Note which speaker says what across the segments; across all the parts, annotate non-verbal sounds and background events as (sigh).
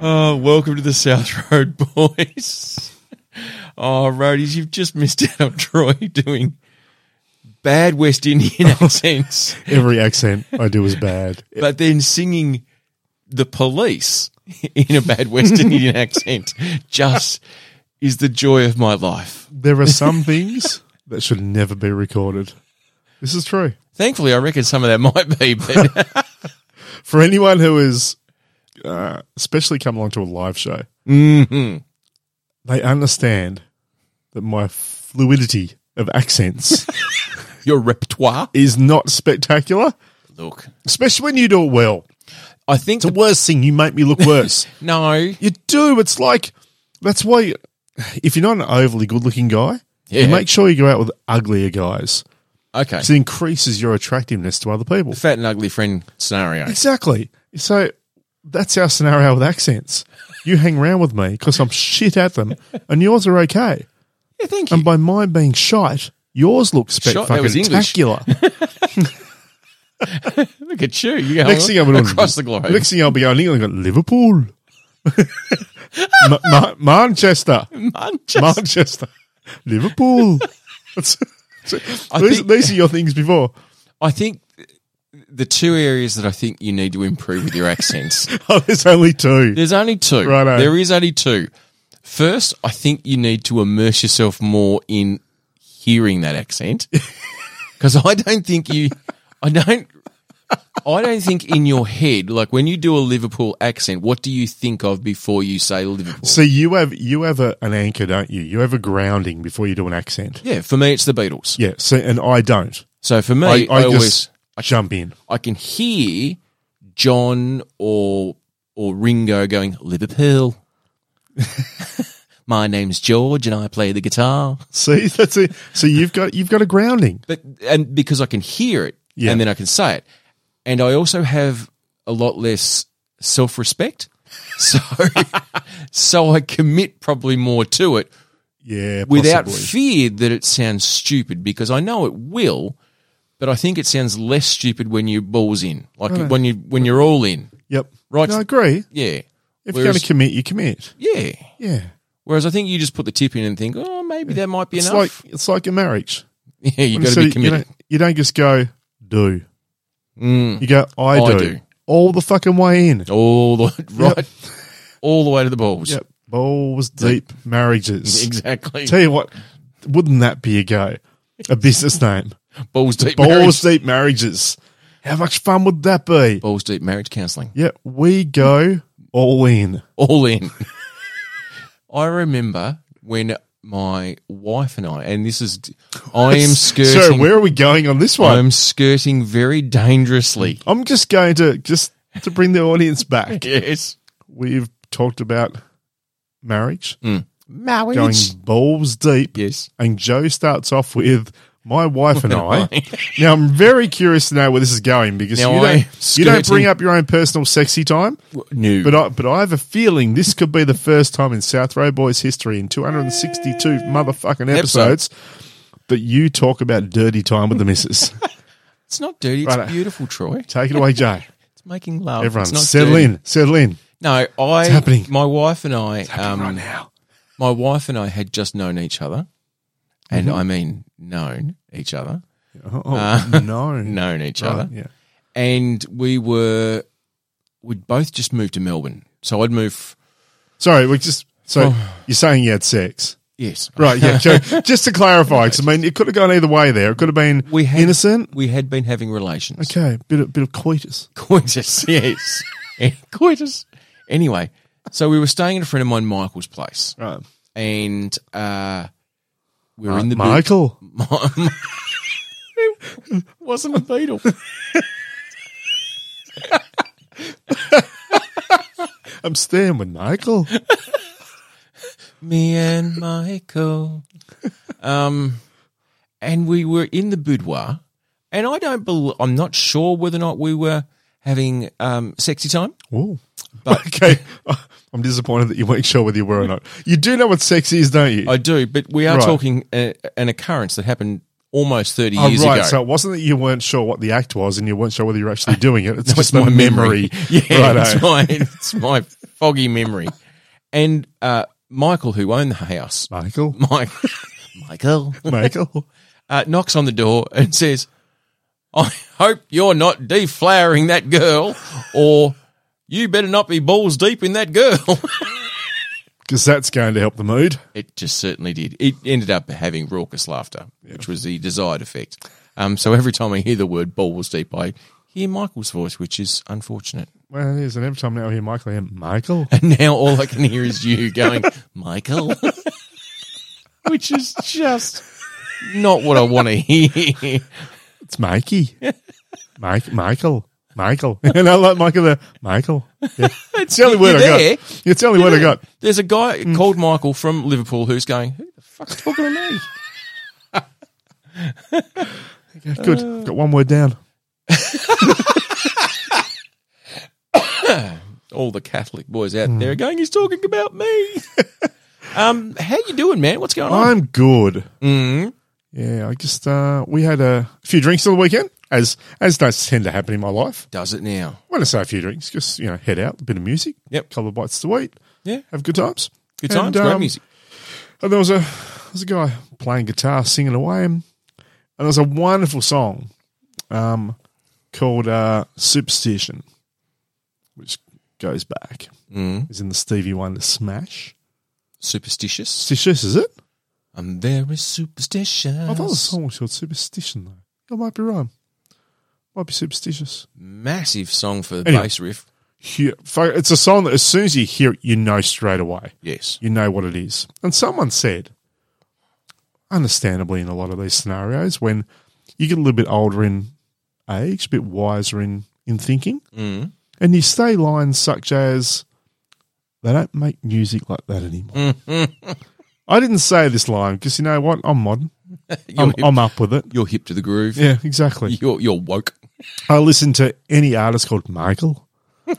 Speaker 1: Oh, welcome to the South (laughs) Road, boys. Oh, roadies, you've just missed out on Troy (laughs) doing bad West Indian (laughs) accents,
Speaker 2: Every accent I do is bad.
Speaker 1: but then singing the police (laughs) in a bad (laughs) West Indian accent just is the joy of my life.
Speaker 2: There are some things that should never be recorded. This is true.
Speaker 1: Thankfully, I reckon some of that (laughs) might be, but
Speaker 2: For anyone who is, uh, especially come along to a live show, they understand that my fluidity of accents
Speaker 1: (laughs) your repertoire.
Speaker 2: is not spectacular,
Speaker 1: Look,
Speaker 2: especially when you do it well.
Speaker 1: I think
Speaker 2: It's the
Speaker 1: the-
Speaker 2: worst thing. You make me look worse.
Speaker 1: no.
Speaker 2: You do. It's like that's why you- if you're not an overly good-looking guy,
Speaker 1: Yeah.
Speaker 2: you make sure you go out with uglier guys.
Speaker 1: Okay,
Speaker 2: 'cause It increases your attractiveness to other people.
Speaker 1: fat and ugly friend scenario.
Speaker 2: Exactly. So that's our scenario with accents. You hang around with me because I'm shit at them, and yours are okay.
Speaker 1: Yeah, thank you.
Speaker 2: And by mine being shite, yours looks
Speaker 1: Shite, that was English.
Speaker 2: spectacular.
Speaker 1: Look at you. You go
Speaker 2: Next thing I'm doing
Speaker 1: across the globe.
Speaker 2: (laughs) Next thing I'll be going, England, I've got Liverpool, (laughs) Ma- Ma- Manchester.
Speaker 1: Manchester.
Speaker 2: Manchester,
Speaker 1: (laughs)
Speaker 2: Liverpool. (laughs) That's- that's-
Speaker 1: I
Speaker 2: these,
Speaker 1: think-
Speaker 2: these are your things before. (laughs)
Speaker 1: I think the two areas that I think you need to improve with your
Speaker 2: (laughs)
Speaker 1: accents.
Speaker 2: Oh, there's only two.
Speaker 1: There's only two.
Speaker 2: Righto.
Speaker 1: There is only two. First, I think you need to immerse yourself more in hearing that
Speaker 2: (laughs)
Speaker 1: accent. Because I don't think you, I don't, I don't think in your head, like when you do a Liverpool accent, what do you think of before you say Liverpool?
Speaker 2: So you have you have a, an anchor, don't you? You have a grounding before you do an accent.
Speaker 1: Yeah, for me, it's the Beatles.
Speaker 2: Yeah. So and I don't.
Speaker 1: So for
Speaker 2: I,
Speaker 1: me, I,
Speaker 2: I,
Speaker 1: always.
Speaker 2: just jump in.
Speaker 1: I can hear John or or Ringo going Liverpool. (laughs) My name's George and I play the guitar.
Speaker 2: See, (laughs) that's it. So you've got you've got a grounding.
Speaker 1: But and because I can hear it
Speaker 2: Yeah.
Speaker 1: and then I can say it. And I also have a lot less self-respect. (laughs) So so I commit probably more to it
Speaker 2: Yeah.
Speaker 1: without
Speaker 2: possibly.
Speaker 1: fear that it sounds stupid because I know it will, but I think it sounds less stupid when you balls in. Like when you when you're all in.
Speaker 2: Yep.
Speaker 1: Right.
Speaker 2: No, I agree.
Speaker 1: Yeah.
Speaker 2: If you're
Speaker 1: Whereas-
Speaker 2: going to commit, you commit.
Speaker 1: Yeah.
Speaker 2: Yeah.
Speaker 1: Whereas I think you just put the tip in and think, oh, maybe that might be
Speaker 2: It's like
Speaker 1: enough.
Speaker 2: it's like a marriage.
Speaker 1: yeah, (laughs) you got to
Speaker 2: So
Speaker 1: be
Speaker 2: You
Speaker 1: committed. Mm.
Speaker 2: don't, you don't just go do. You go I,
Speaker 1: I
Speaker 2: do.
Speaker 1: do.
Speaker 2: all the fucking way in.
Speaker 1: all
Speaker 2: (laughs)
Speaker 1: the right, all the way to the balls.
Speaker 2: Yep. Balls deep
Speaker 1: (laughs)
Speaker 2: marriages.
Speaker 1: Exactly.
Speaker 2: Tell you what, wouldn't that be a go? A business name.
Speaker 1: balls deep.
Speaker 2: Balls
Speaker 1: marriage.
Speaker 2: deep marriages. How much fun would that be?
Speaker 1: balls deep marriage counselling.
Speaker 2: Yeah, we go all in.
Speaker 1: All in. (laughs) I remember when my wife and I, and this is,
Speaker 2: (laughs)
Speaker 1: I am skirting.
Speaker 2: So where are we going on this one? I'm,
Speaker 1: I'm skirting very dangerously.
Speaker 2: just going to just to bring the
Speaker 1: (laughs)
Speaker 2: audience back.
Speaker 1: Yes.
Speaker 2: We've talked about marriage,
Speaker 1: Mm. Marriage.
Speaker 2: going balls deep,
Speaker 1: Yes.
Speaker 2: and Joe starts off with my
Speaker 1: (laughs)
Speaker 2: wife and I. now I'm very curious to know where this is going because
Speaker 1: Now
Speaker 2: you
Speaker 1: I am
Speaker 2: don't, you don't bring
Speaker 1: skirting-
Speaker 2: up your own personal sexy time.
Speaker 1: New.
Speaker 2: But I, but I have a feeling this could be the first time in South Road Boys history in 262 motherfucking episodes that you talk about dirty time with
Speaker 1: (laughs)
Speaker 2: the missus.
Speaker 1: it's not dirty. It's
Speaker 2: Righto.
Speaker 1: beautiful, Troy.
Speaker 2: Take it away, Jay.
Speaker 1: It's making love.
Speaker 2: Everyone,
Speaker 1: Oh, it's not
Speaker 2: settle
Speaker 1: dirty.
Speaker 2: in, settle in.
Speaker 1: No, I.
Speaker 2: happening.
Speaker 1: My wife and I. Um,
Speaker 2: right now.
Speaker 1: my wife and I had just known each other, and
Speaker 2: Mm-hmm.
Speaker 1: I mean known each other,
Speaker 2: Oh, oh,
Speaker 1: (laughs)
Speaker 2: no,
Speaker 1: known Uh, each
Speaker 2: Right,
Speaker 1: other,
Speaker 2: yeah.
Speaker 1: and we were we'd both just moved to Melbourne. So I'd move.
Speaker 2: Sorry, we just so
Speaker 1: Oh.
Speaker 2: you're saying you had sex,
Speaker 1: Yes,
Speaker 2: right?
Speaker 1: (laughs)
Speaker 2: Yeah. so just to clarify, 'cause, I mean, it could have gone either way. There, it could have been
Speaker 1: We had-
Speaker 2: innocent.
Speaker 1: we had been having relations. (laughs)
Speaker 2: Okay, bit of, bit of coitus.
Speaker 1: Coitus, yes, (laughs) coitus. Anyway, so we were staying at a friend of mine, Michael's place,
Speaker 2: Right, Uh,
Speaker 1: and uh, we were in the big-
Speaker 2: Michael.
Speaker 1: (laughs) wasn't a beetle.
Speaker 2: (laughs) I'm staying with Michael.
Speaker 1: Me and Michael. Um, and we were in the boudoir, and I don't. Bel- I'm not sure whether or not we were having um sexy time.
Speaker 2: Ooh. (laughs) okay. I'm disappointed that you weren't sure whether you were or not. You do know what sex is, don't you?
Speaker 1: I do, but we are
Speaker 2: Right.
Speaker 1: talking a, an occurrence that happened almost 30
Speaker 2: Oh,
Speaker 1: years
Speaker 2: right.
Speaker 1: ago.
Speaker 2: So it wasn't that you weren't sure what
Speaker 1: (laughs)
Speaker 2: the (laughs) act was and you weren't sure whether you were actually doing it. It's
Speaker 1: It's
Speaker 2: just my memory.
Speaker 1: (laughs) yeah,
Speaker 2: Righto.
Speaker 1: it's my it's my foggy memory. And uh, Michael, who owned the house,
Speaker 2: Michael.
Speaker 1: Mike, (laughs) Michael, (laughs)
Speaker 2: Michael.
Speaker 1: uh, knocks on the door and says, I hope you're not deflowering that girl, or you better not be balls deep in that girl. (laughs)
Speaker 2: Because that's going to help the mood.
Speaker 1: It just certainly did. It ended up having raucous laughter, which was the desired effect. Um, so every time I hear the word balls deep, I hear Michael's voice, which is unfortunate. (laughs)
Speaker 2: Well, it is. And every time now I hear Michael, I am Michael.
Speaker 1: And now all I can hear is you going, Michael, (laughs) which is just not what I want to hear.
Speaker 2: It's Mikey. (laughs) Mike, Michael. Michael. (laughs) And I like Michael there. Michael.
Speaker 1: (laughs)
Speaker 2: Yeah. It's the only word I
Speaker 1: you're
Speaker 2: got.
Speaker 1: there.
Speaker 2: It's the only word I got.
Speaker 1: There's a guy called Michael from Liverpool who's going, Who the fuck's talking to me?
Speaker 2: (laughs)
Speaker 1: (laughs)
Speaker 2: Yeah, Good. Got one word down.
Speaker 1: All the Catholic boys out there are going, He's talking about me. (laughs) um, how you doing, man? What's going on?
Speaker 2: I'm good.
Speaker 1: Mm.
Speaker 2: Yeah, I just uh, we had a few drinks on the weekend, as as does tend to happen in my life.
Speaker 1: Does it now?
Speaker 2: When I say a few drinks, just you know, head out, a bit of music,
Speaker 1: Yep.
Speaker 2: couple of bites to eat,
Speaker 1: Yeah.
Speaker 2: have good times,
Speaker 1: Good times,
Speaker 2: And,
Speaker 1: great
Speaker 2: um,
Speaker 1: music.
Speaker 2: And there was a there was a guy playing guitar, singing away, and, and there was a wonderful song um, called uh, "Superstition," which goes back.
Speaker 1: Mm.
Speaker 2: Is in the Stevie Wonder smash.
Speaker 1: Superstitious.
Speaker 2: Superstitious, is it?
Speaker 1: I'm very superstitious.
Speaker 2: I thought the song was called "Superstition," though. I might be wrong. Might be superstitious.
Speaker 1: Massive song for the
Speaker 2: Anyway.
Speaker 1: bass riff.
Speaker 2: hear, fu- it's a song that as soon as you hear it, you know straight away.
Speaker 1: (laughs) Yes.
Speaker 2: You know what it is. And someone said, understandably, in a lot of these scenarios, when you get a little bit older in age, a bit wiser in, in thinking,
Speaker 1: Mm.
Speaker 2: and you say lines such as, they don't make music like that anymore. I didn't say this line because you know what? I'm modern.
Speaker 1: You're,
Speaker 2: I'm,
Speaker 1: hip,
Speaker 2: I'm up with it.
Speaker 1: you're hip to the groove.
Speaker 2: Yeah, exactly.
Speaker 1: You're, you're woke.
Speaker 2: I listen to any artist called Michael. (laughs) I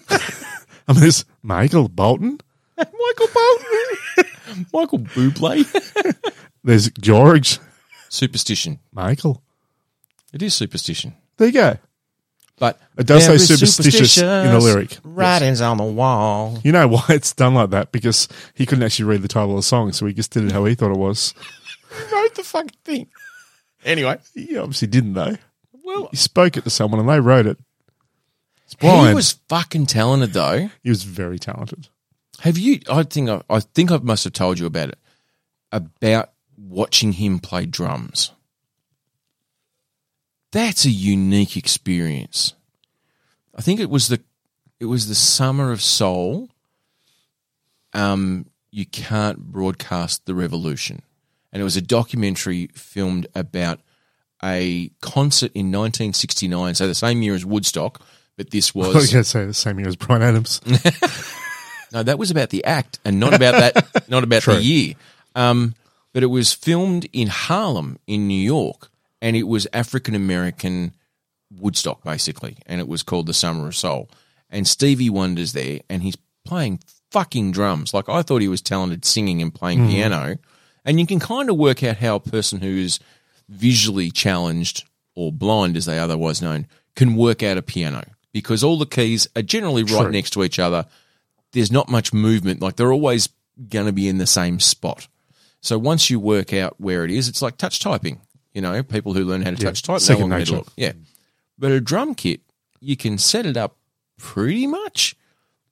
Speaker 2: mean, there's Michael Bolton.
Speaker 1: Michael Bolton. (laughs) Michael Bublé.
Speaker 2: There's George
Speaker 1: superstition.
Speaker 2: Michael.
Speaker 1: It is superstition.
Speaker 2: There you go.
Speaker 1: But
Speaker 2: It does
Speaker 1: there
Speaker 2: say
Speaker 1: is
Speaker 2: superstitious in the lyric.
Speaker 1: Writings on the wall.
Speaker 2: You know why it's done like that? Because he couldn't actually read the title of the song, so he just did it how he thought it was.
Speaker 1: wrote the fucking thing. Anyway,
Speaker 2: He obviously didn't though.
Speaker 1: well,
Speaker 2: He spoke it to someone and they wrote it. It's blind.
Speaker 1: he was fucking talented though.
Speaker 2: very talented.
Speaker 1: Have you? I think I, I think I must have told you about it about watching him play drums. That's a unique experience. I think it was the it was the summer of soul. Um, you can't broadcast the revolution, and it was a documentary filmed about a concert in 1969, so the same year as Woodstock, but this
Speaker 2: I
Speaker 1: was
Speaker 2: was going to say the same year as
Speaker 1: (laughs)
Speaker 2: Brian Adams.
Speaker 1: no, that was about the act, and not about that. Not about
Speaker 2: True.
Speaker 1: the year. Um, but it was filmed in Harlem, in New York, and it was African American Woodstock, basically, and it was called the Summer of Soul. And Stevie Wonder's there, and he's playing fucking drums. Like I thought he was talented singing and playing piano, and you can kind of work out how a person who is visually challenged or blind, as they otherwise known, can work out a piano because all the keys are generally right next to each other there's not much movement. Like they're always going to be in the same spot. So once you work out where it is, it's like touch typing. You know, people who learn how to touch type know
Speaker 2: second
Speaker 1: where to
Speaker 2: nature.
Speaker 1: look. Yeah, but a drum kit, you can set it up pretty much,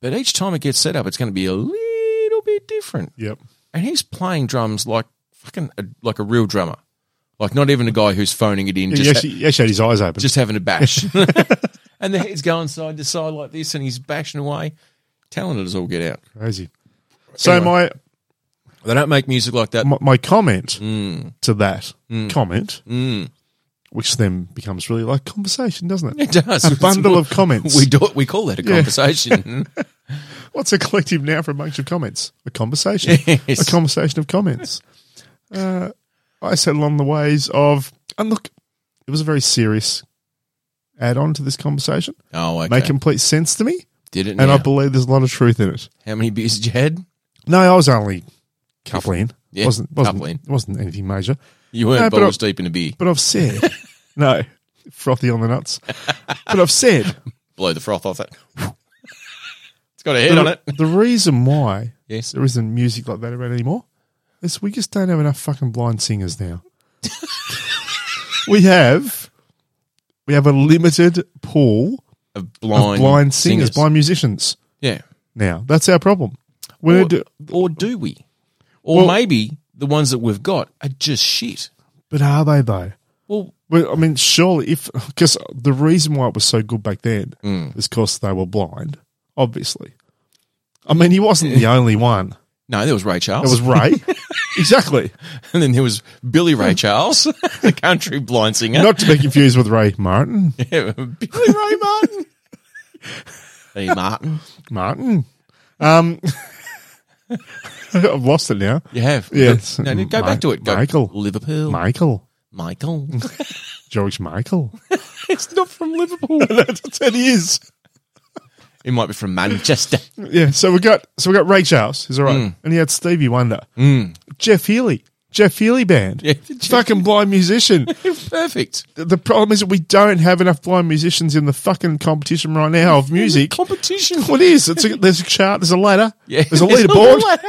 Speaker 1: but each time it gets set up, it's going to be a little bit different.
Speaker 2: Yep.
Speaker 1: And he's playing drums like fucking uh, like a real drummer, like not even a guy who's phoning it in.
Speaker 2: He
Speaker 1: Just
Speaker 2: actually, he actually had his eyes open.
Speaker 1: just having a
Speaker 2: (laughs)
Speaker 1: bash. and the head's going side to side like this, and he's bashing away. Talented as all get out.
Speaker 2: Crazy. So
Speaker 1: They don't make music like that.
Speaker 2: my, my my comment
Speaker 1: Mm.
Speaker 2: to that comment, which then becomes really like conversation, doesn't
Speaker 1: (laughs) (laughs)
Speaker 2: it?
Speaker 1: It does.
Speaker 2: A bundle of comments.
Speaker 1: We do. We call that a (laughs) conversation.
Speaker 2: What's a collective noun for a bunch of comments?
Speaker 1: (laughs)
Speaker 2: A conversation.
Speaker 1: Yes.
Speaker 2: A conversation of comments. Uh, I said along the ways of, and look, it was a very serious add on to this conversation.
Speaker 1: oh, okay.
Speaker 2: Made complete sense to me,
Speaker 1: Did it
Speaker 2: and
Speaker 1: now.
Speaker 2: I believe there's a lot of truth in it.
Speaker 1: How many beers did you had?
Speaker 2: No, I was only couple in.
Speaker 1: Yeah,
Speaker 2: wasn't wasn't,
Speaker 1: couple in.
Speaker 2: wasn't anything major.
Speaker 1: You weren't
Speaker 2: No, but
Speaker 1: balls deep in a beer.
Speaker 2: But
Speaker 1: (laughs)
Speaker 2: I've said, no, frothy on the nuts. But I've said
Speaker 1: Blow the froth off it. (laughs) It's got a head on it.
Speaker 2: The reason why
Speaker 1: Yes.
Speaker 2: there isn't music like that around anymore is we just don't have enough fucking blind
Speaker 1: (laughs)
Speaker 2: singers now. we have we have a limited pool
Speaker 1: A
Speaker 2: of
Speaker 1: blind,
Speaker 2: blind singers, blind musicians
Speaker 1: Yeah.
Speaker 2: now. That's our problem. We
Speaker 1: Or,
Speaker 2: don't do,
Speaker 1: or do we? Or
Speaker 2: Well-
Speaker 1: maybe the ones that we've got are just shit.
Speaker 2: but are they though?
Speaker 1: Well,
Speaker 2: Well, I mean, surely if because the reason why it was so good back then
Speaker 1: Mm.
Speaker 2: is because they were blind, obviously. I mean, he wasn't the only one.
Speaker 1: no, there was Ray
Speaker 2: It
Speaker 1: Charles.
Speaker 2: was Ray, exactly.
Speaker 1: (laughs) and then there was Billy Ray Charles, (laughs) the country blind singer.
Speaker 2: Not to be confused with Ray Martin.
Speaker 1: Yeah, (laughs) Billy Ray Martin. hey, Martin.
Speaker 2: Martin. Um, (laughs) I've lost it now.
Speaker 1: You have.
Speaker 2: Yes.
Speaker 1: No, no, go
Speaker 2: Mi-
Speaker 1: back to it. Go,
Speaker 2: Michael.
Speaker 1: Liverpool.
Speaker 2: Michael.
Speaker 1: Michael.
Speaker 2: George Michael.
Speaker 1: it's not from Liverpool.
Speaker 2: That's what he is.
Speaker 1: it might be from Manchester.
Speaker 2: Yeah. So we got so we got Ray Charles, who's all right.
Speaker 1: Mm.
Speaker 2: And he had Stevie Wonder. Jeff Healy. Jeff Healy band.
Speaker 1: Yeah, the Jeff-
Speaker 2: fucking blind musician. (laughs)
Speaker 1: Perfect.
Speaker 2: The- the problem is that we don't have enough blind musicians in the fucking competition right now
Speaker 1: (laughs)
Speaker 2: of music.
Speaker 1: Competition.
Speaker 2: What is? It's a, there's a chart. There's a ladder.
Speaker 1: Yeah, (laughs)
Speaker 2: There's a leaderboard.
Speaker 1: ladder.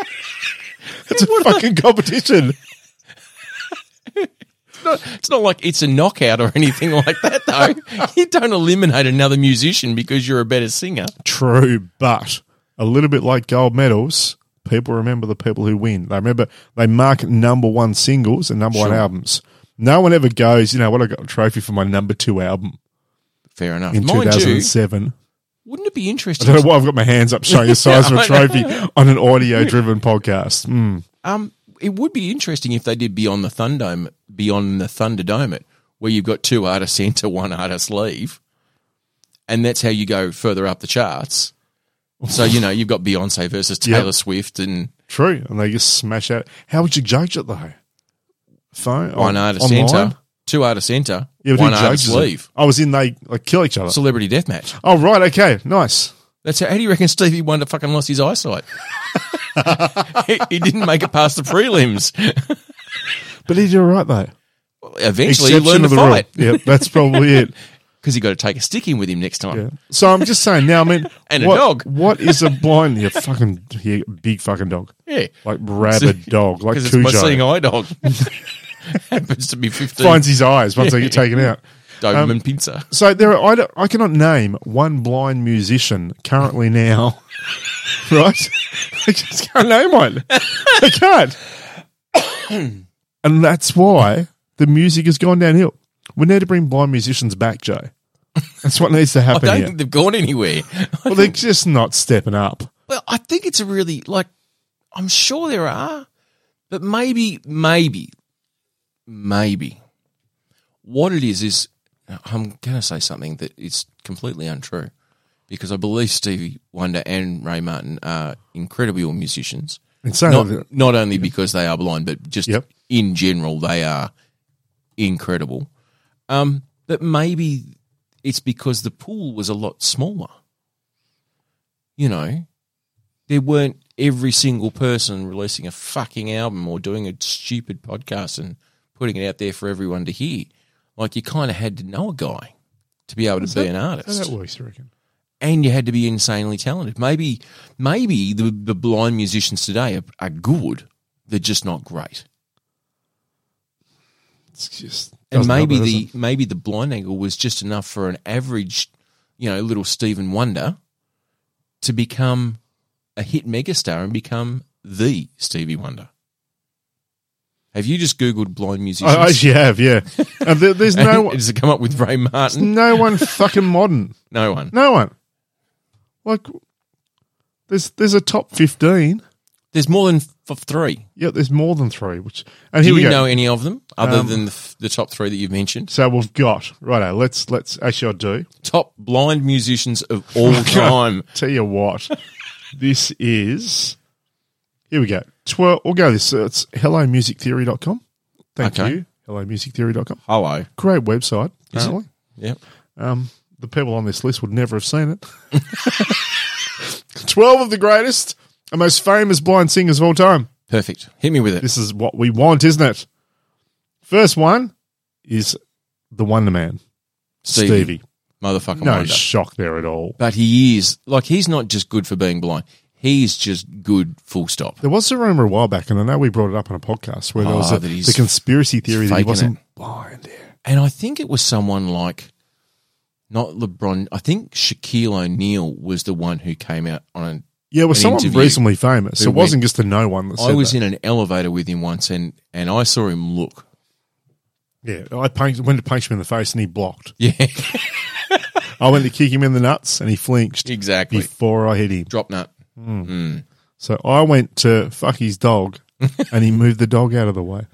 Speaker 2: It's a fucking competition.
Speaker 1: It's not like it's a knockout or anything like that, though. you don't eliminate another musician because you're a better singer.
Speaker 2: True, but a little bit like gold medals, people remember the people who win. They remember they mark number one singles and number one albums. No one ever goes, you know what? I got a trophy for my number two album
Speaker 1: Fair enough.
Speaker 2: in
Speaker 1: Mind you,
Speaker 2: 2007.
Speaker 1: wouldn't it be
Speaker 2: I
Speaker 1: interesting?
Speaker 2: don't know why I've got my hands
Speaker 1: (laughs)
Speaker 2: up showing the size of a
Speaker 1: I
Speaker 2: trophy on an audio-driven podcast. Hmm.
Speaker 1: Um, it would be interesting if they did Beyond the Thundome, Beyond the Thunderdome, it where you've got two artists (laughs) enter, one artist leave, and that's how you go further up the charts. So you know you've got Beyonce versus
Speaker 2: Yep.
Speaker 1: Taylor Swift, and
Speaker 2: True, and they just smash out. How would you judge it though? Phone
Speaker 1: one
Speaker 2: on-
Speaker 1: artist
Speaker 2: online?
Speaker 1: enter, two artists enter,
Speaker 2: Yeah, but who
Speaker 1: one artist
Speaker 2: judges it?
Speaker 1: leave.
Speaker 2: I was in. They like kill each other.
Speaker 1: Celebrity death match.
Speaker 2: oh right, okay, nice.
Speaker 1: That's how, how do you reckon Stevie Wonder fucking lost his
Speaker 2: (laughs)
Speaker 1: eyesight? (laughs) he, he didn't make it past the prelims.
Speaker 2: But he did all right though.
Speaker 1: Eventually, he learned to
Speaker 2: rule.
Speaker 1: fight
Speaker 2: Yep, that's probably
Speaker 1: (laughs)
Speaker 2: it.
Speaker 1: because he got to take a stick in with him next time.
Speaker 2: Yeah. So I'm just saying now. I mean,
Speaker 1: (laughs) And a
Speaker 2: what,
Speaker 1: dog.
Speaker 2: What
Speaker 1: (laughs)
Speaker 2: is a blind? Yeah, fucking yeah, big fucking dog,
Speaker 1: Yeah.
Speaker 2: like
Speaker 1: (laughs)
Speaker 2: rabid dog, like
Speaker 1: Because it's my seeing
Speaker 2: Cujo.
Speaker 1: eye dog. (laughs) Happens to be 15. (laughs)
Speaker 2: Finds his eyes once they get taken out.
Speaker 1: Doberman Pincer.
Speaker 2: So there, are, I, don't- I cannot name one blind musician currently now, (laughs) right? (laughs) I just can't name one. I can't, (coughs) and that's why the music has gone downhill. We need to bring blind musicians back, Joe. That's what needs to
Speaker 1: I
Speaker 2: happen
Speaker 1: don't
Speaker 2: here.
Speaker 1: think they've gone anywhere.
Speaker 2: Well, they're just not stepping up.
Speaker 1: well, I think it's a really, like, I'm sure there are, but maybe, maybe, maybe. What it is, is I'm going to say something that is completely untrue because I believe Stevie Wonder and Ray Martin are incredible musicians.
Speaker 2: And so
Speaker 1: not, not only because they are blind, but just
Speaker 2: Yep.
Speaker 1: in general, they are incredible. Um, but maybe it's because the pool was a lot smaller. You know, there weren't every single person releasing a fucking album or doing a stupid podcast and putting it out there for everyone to hear. Like you kind of had to know a guy to be able to be an
Speaker 2: How
Speaker 1: artist
Speaker 2: that works, you reckon?
Speaker 1: and you had to be insanely talented. Maybe, maybe the, the blind musicians today are, are good. They're just not great.
Speaker 2: It's just
Speaker 1: And
Speaker 2: doesn't help
Speaker 1: maybe
Speaker 2: it, does
Speaker 1: the
Speaker 2: it?
Speaker 1: maybe the blind angle was just enough for an average, you know, little Stephen Wonder to become a hit megastar and become the Stevie Wonder. Have you just googled blind musicians?
Speaker 2: I, I
Speaker 1: (laughs)
Speaker 2: actually have, yeah. And there, there's no one,
Speaker 1: Does (laughs) it come up with Ray Martin?
Speaker 2: no one fucking modern,
Speaker 1: No one.
Speaker 2: no one. Like, there's there's a top fifteen.
Speaker 1: There's more than f- three.
Speaker 2: Yeah, there's more than three. Which and
Speaker 1: Do
Speaker 2: here we
Speaker 1: you
Speaker 2: go.
Speaker 1: know any of them other
Speaker 2: Um,
Speaker 1: than the, f- the top three that you've mentioned?
Speaker 2: so we've got righto. Let's let's actually I do
Speaker 1: top blind musicians of
Speaker 2: (laughs)
Speaker 1: all time.
Speaker 2: tell
Speaker 1: (laughs)
Speaker 2: you what. this is here we go. Twelve. We'll go this. So it's hellomusictheory.com. Thank
Speaker 1: Okay.
Speaker 2: you. Hellomusictheory.com.
Speaker 1: Hello.
Speaker 2: Great website.
Speaker 1: Is it?
Speaker 2: Apparently.
Speaker 1: Yep.
Speaker 2: Um, the people on this list would never have seen it. (laughs) 12 of the greatest and most famous blind singers of all time.
Speaker 1: Perfect. Hit me with it.
Speaker 2: This is what we want, isn't it? First one is the Wonder Man, Stevie.
Speaker 1: motherfucking
Speaker 2: No
Speaker 1: wonder.
Speaker 2: shock there at all.
Speaker 1: but he is like he's not just good for being blind. He's just good. Full stop.
Speaker 2: There was a rumor a while back, and I know we brought it up on a podcast where there was
Speaker 1: Oh,
Speaker 2: a,
Speaker 1: that he's
Speaker 2: the conspiracy theory that he
Speaker 1: faking
Speaker 2: wasn't blind. Yeah.
Speaker 1: And I think it was someone like not LeBron. I think Shaquille O'Neal was the one who came out on a
Speaker 2: Yeah, it was
Speaker 1: An
Speaker 2: someone
Speaker 1: interview
Speaker 2: reasonably famous.
Speaker 1: who
Speaker 2: It wasn't just a no one that said
Speaker 1: I was
Speaker 2: that.
Speaker 1: in an elevator with him once, and and I saw him look. (laughs)
Speaker 2: Yeah, I punched, went to punch him in the face and he blocked.
Speaker 1: Yeah,
Speaker 2: I went to kick him in the nuts and he flinched
Speaker 1: exactly.
Speaker 2: before I hit him.
Speaker 1: Drop nut.
Speaker 2: So I went to fuck his (laughs) dog and he moved the dog out of the way.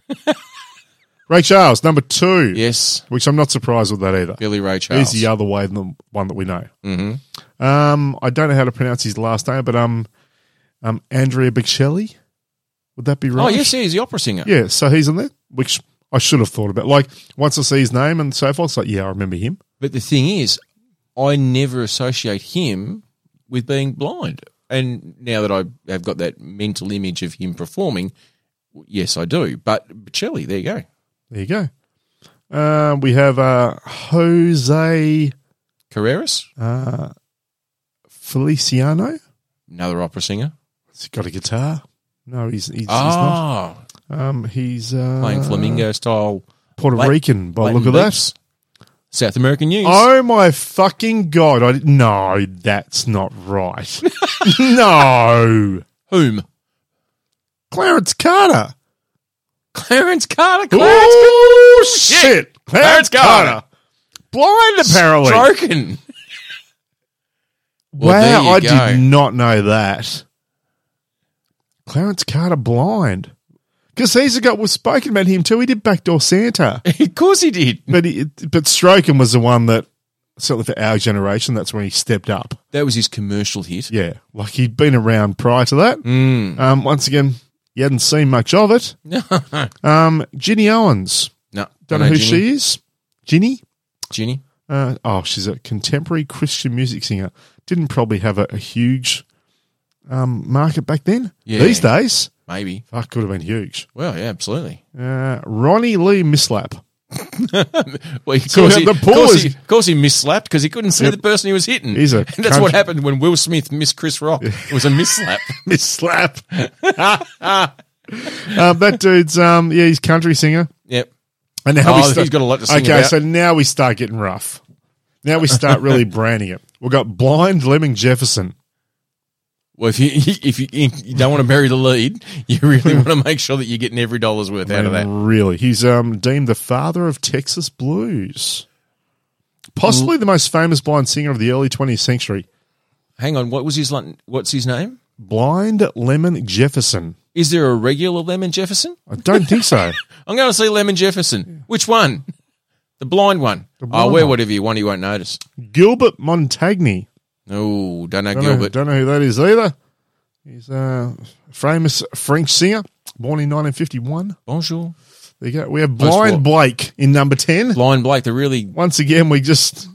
Speaker 2: Ray Charles, number two,
Speaker 1: Yes,
Speaker 2: which I'm not surprised with that either.
Speaker 1: Billy Ray
Speaker 2: He's
Speaker 1: Charles.
Speaker 2: the other way than the one that we know. Mm-hmm. Um, I don't know how to pronounce his last name, but um, um, Andrea Bocelli, would that be right?
Speaker 1: Oh yes, he is the opera singer.
Speaker 2: Yeah, so he's in there, which I should have thought about. Like once I see his name and so forth, it's like yeah, I remember him.
Speaker 1: But the thing is, I never associate him with being blind. And now that I have got that mental image of him performing, yes, I do. But Bocelli, there you go.
Speaker 2: There you go. Uh, we have uh, Jose
Speaker 1: Carreras,
Speaker 2: uh, Feliciano.
Speaker 1: another opera singer.
Speaker 2: Has he got a guitar? No, he's he's,
Speaker 1: Ah,
Speaker 2: he's not. Um, he's uh,
Speaker 1: playing flamingo style.
Speaker 2: Puerto
Speaker 1: Latin-
Speaker 2: Rican. By the
Speaker 1: Latin
Speaker 2: look at that.
Speaker 1: beats. South American news.
Speaker 2: Oh my fucking god! I, no, that's not right. (laughs) no,
Speaker 1: Whom?
Speaker 2: Clarence Carter.
Speaker 1: Clarence Carter. Clarence
Speaker 2: Oh shit!
Speaker 1: Clarence Carter.
Speaker 2: Blind apparently.
Speaker 1: Stroking. (laughs)
Speaker 2: wow, I
Speaker 1: there you go.
Speaker 2: did not know that. Clarence Carter blind. Because he's a guy we've spoken about him too. He did backdoor Santa,
Speaker 1: of course he did.
Speaker 2: but he, but Stroken was the one that certainly for our generation. That's when he stepped up.
Speaker 1: That was his commercial hit.
Speaker 2: Yeah, like he'd been around prior to that.
Speaker 1: Mm. (laughs)
Speaker 2: Um, once again, you hadn't seen much of it.
Speaker 1: no,
Speaker 2: Um, Ginny Owens, don't know who
Speaker 1: Ginny.
Speaker 2: she is. Ginny,
Speaker 1: Ginny.
Speaker 2: Uh, oh, she's a contemporary Christian music singer. Didn't probably have a, a huge um, market back then.
Speaker 1: Yeah.
Speaker 2: These days,
Speaker 1: Maybe.
Speaker 2: fuck, could have been huge.
Speaker 1: Well, yeah, absolutely.
Speaker 2: Uh, Ronnie Lee Mislap. (laughs)
Speaker 1: Well, of
Speaker 2: So
Speaker 1: course,
Speaker 2: the
Speaker 1: he,
Speaker 2: pause-
Speaker 1: course, he, course he misslapped because he couldn't see the person he was hitting.
Speaker 2: He's a
Speaker 1: (laughs) and that's what
Speaker 2: cunt.
Speaker 1: happened when Will Smith missed Chris Rock. It was a
Speaker 2: (laughs)
Speaker 1: mislap.
Speaker 2: Mislap. (laughs) um, that dude's, um, yeah, he's country singer.
Speaker 1: yep.
Speaker 2: And now we
Speaker 1: Oh,
Speaker 2: sta-
Speaker 1: he's got a lot to sing
Speaker 2: Okay,
Speaker 1: about.
Speaker 2: so now we start getting rough. Now we
Speaker 1: (laughs)
Speaker 2: start really branding it. We've got Blind Lemming Jefferson.
Speaker 1: Well, if you (laughs) if you, you don't want to bury the lead, you really want to make sure that you're getting every dollar's worth out of that.
Speaker 2: Really, he's um, deemed the father of Texas blues, possibly
Speaker 1: Mm.
Speaker 2: the most famous blind singer of the early 20th century.
Speaker 1: Hang on, what was his like? What's his name?
Speaker 2: Blind Lemon Jefferson.
Speaker 1: Is there a regular Lemon Jefferson?
Speaker 2: I don't
Speaker 1: (laughs)
Speaker 2: think so.
Speaker 1: I'm going to see Lemon Jefferson. Which one? The blind one.
Speaker 2: (laughs) blind
Speaker 1: oh, wear
Speaker 2: one.
Speaker 1: whatever you want. He won't notice.
Speaker 2: Gilbert Montagny.
Speaker 1: Oh, don't know
Speaker 2: Don't know,
Speaker 1: Gilbert.
Speaker 2: don't know who that is either. He's a famous French singer, born in 1951.
Speaker 1: Bonjour.
Speaker 2: There you go. We have
Speaker 1: what?
Speaker 2: Blind Blake in number 10.
Speaker 1: Blind Blake, they're really
Speaker 2: Once again, we just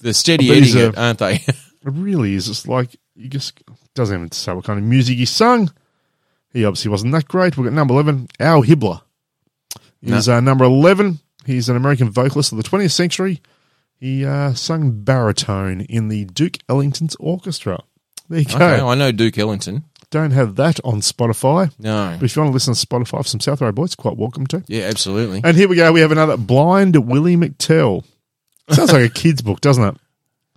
Speaker 1: they're steady
Speaker 2: These
Speaker 1: eating
Speaker 2: are-
Speaker 1: it, aren't they? (laughs)
Speaker 2: It really is. It's like you just doesn't even say what kind of music he sung. He obviously wasn't that great. We've got number eleven, Al Hibbler. He's uh, number eleven. He's an American vocalist of the twentieth century. He uh, sung baritone in the Duke Ellington's orchestra. There you go.
Speaker 1: okay, I know Duke Ellington.
Speaker 2: Don't have that on Spotify.
Speaker 1: No.
Speaker 2: But if you want to listen to Spotify for some South Road Boys, quite welcome to.
Speaker 1: Yeah, absolutely.
Speaker 2: And here we go. We have another Blind Willie McTell. Sounds like a kid's book, doesn't it?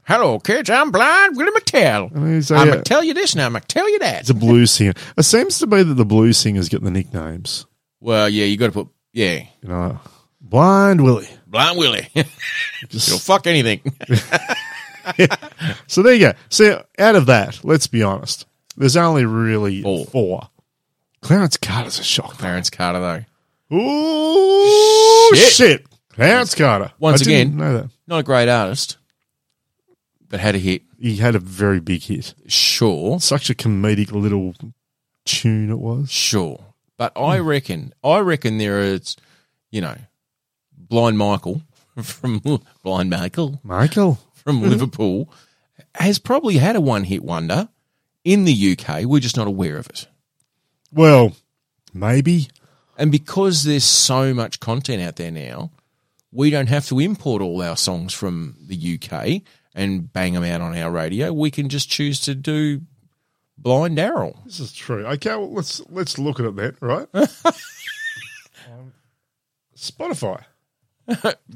Speaker 1: Hello, kids. I'm blind Willie McTell.
Speaker 2: And he's a- uh,
Speaker 1: I'm going to tell you this and I'm going to tell you that.
Speaker 2: It's a blues singer. It seems to be that the blues singers get the nicknames.
Speaker 1: Well, yeah, you got to put, yeah,
Speaker 2: You know, Blind Willie.
Speaker 1: blind Willie. (laughs) You'll
Speaker 2: Just,
Speaker 1: fuck anything. (laughs)
Speaker 2: so there you go. So out of that, let's be honest, there's only really
Speaker 1: Four.
Speaker 2: four. Clarence Carter's a shock.
Speaker 1: Clarence Carter, though.
Speaker 2: Ooh,
Speaker 1: Shit.
Speaker 2: shit. Clarence Carter.
Speaker 1: Once
Speaker 2: I didn't
Speaker 1: again.
Speaker 2: know that.
Speaker 1: Not a great artist, but had a hit.
Speaker 2: He had a very big hit.
Speaker 1: Sure.
Speaker 2: Such a comedic little tune it was.
Speaker 1: Sure. Hmm. But I reckon, I reckon there is, you know, Blind Michael (laughs) from Blind Michael
Speaker 2: Michael.
Speaker 1: from Liverpool has probably had a one hit wonder in the UK. We're just not aware of it.
Speaker 2: Well, maybe.
Speaker 1: And because there's so much content out there now, we don't have to import all our songs from the UK and bang them out on our radio. We can just choose to do Blind Daryl.
Speaker 2: This is true. Okay, well, let's let's look at it then,
Speaker 1: (laughs)
Speaker 2: right? Um, Spotify.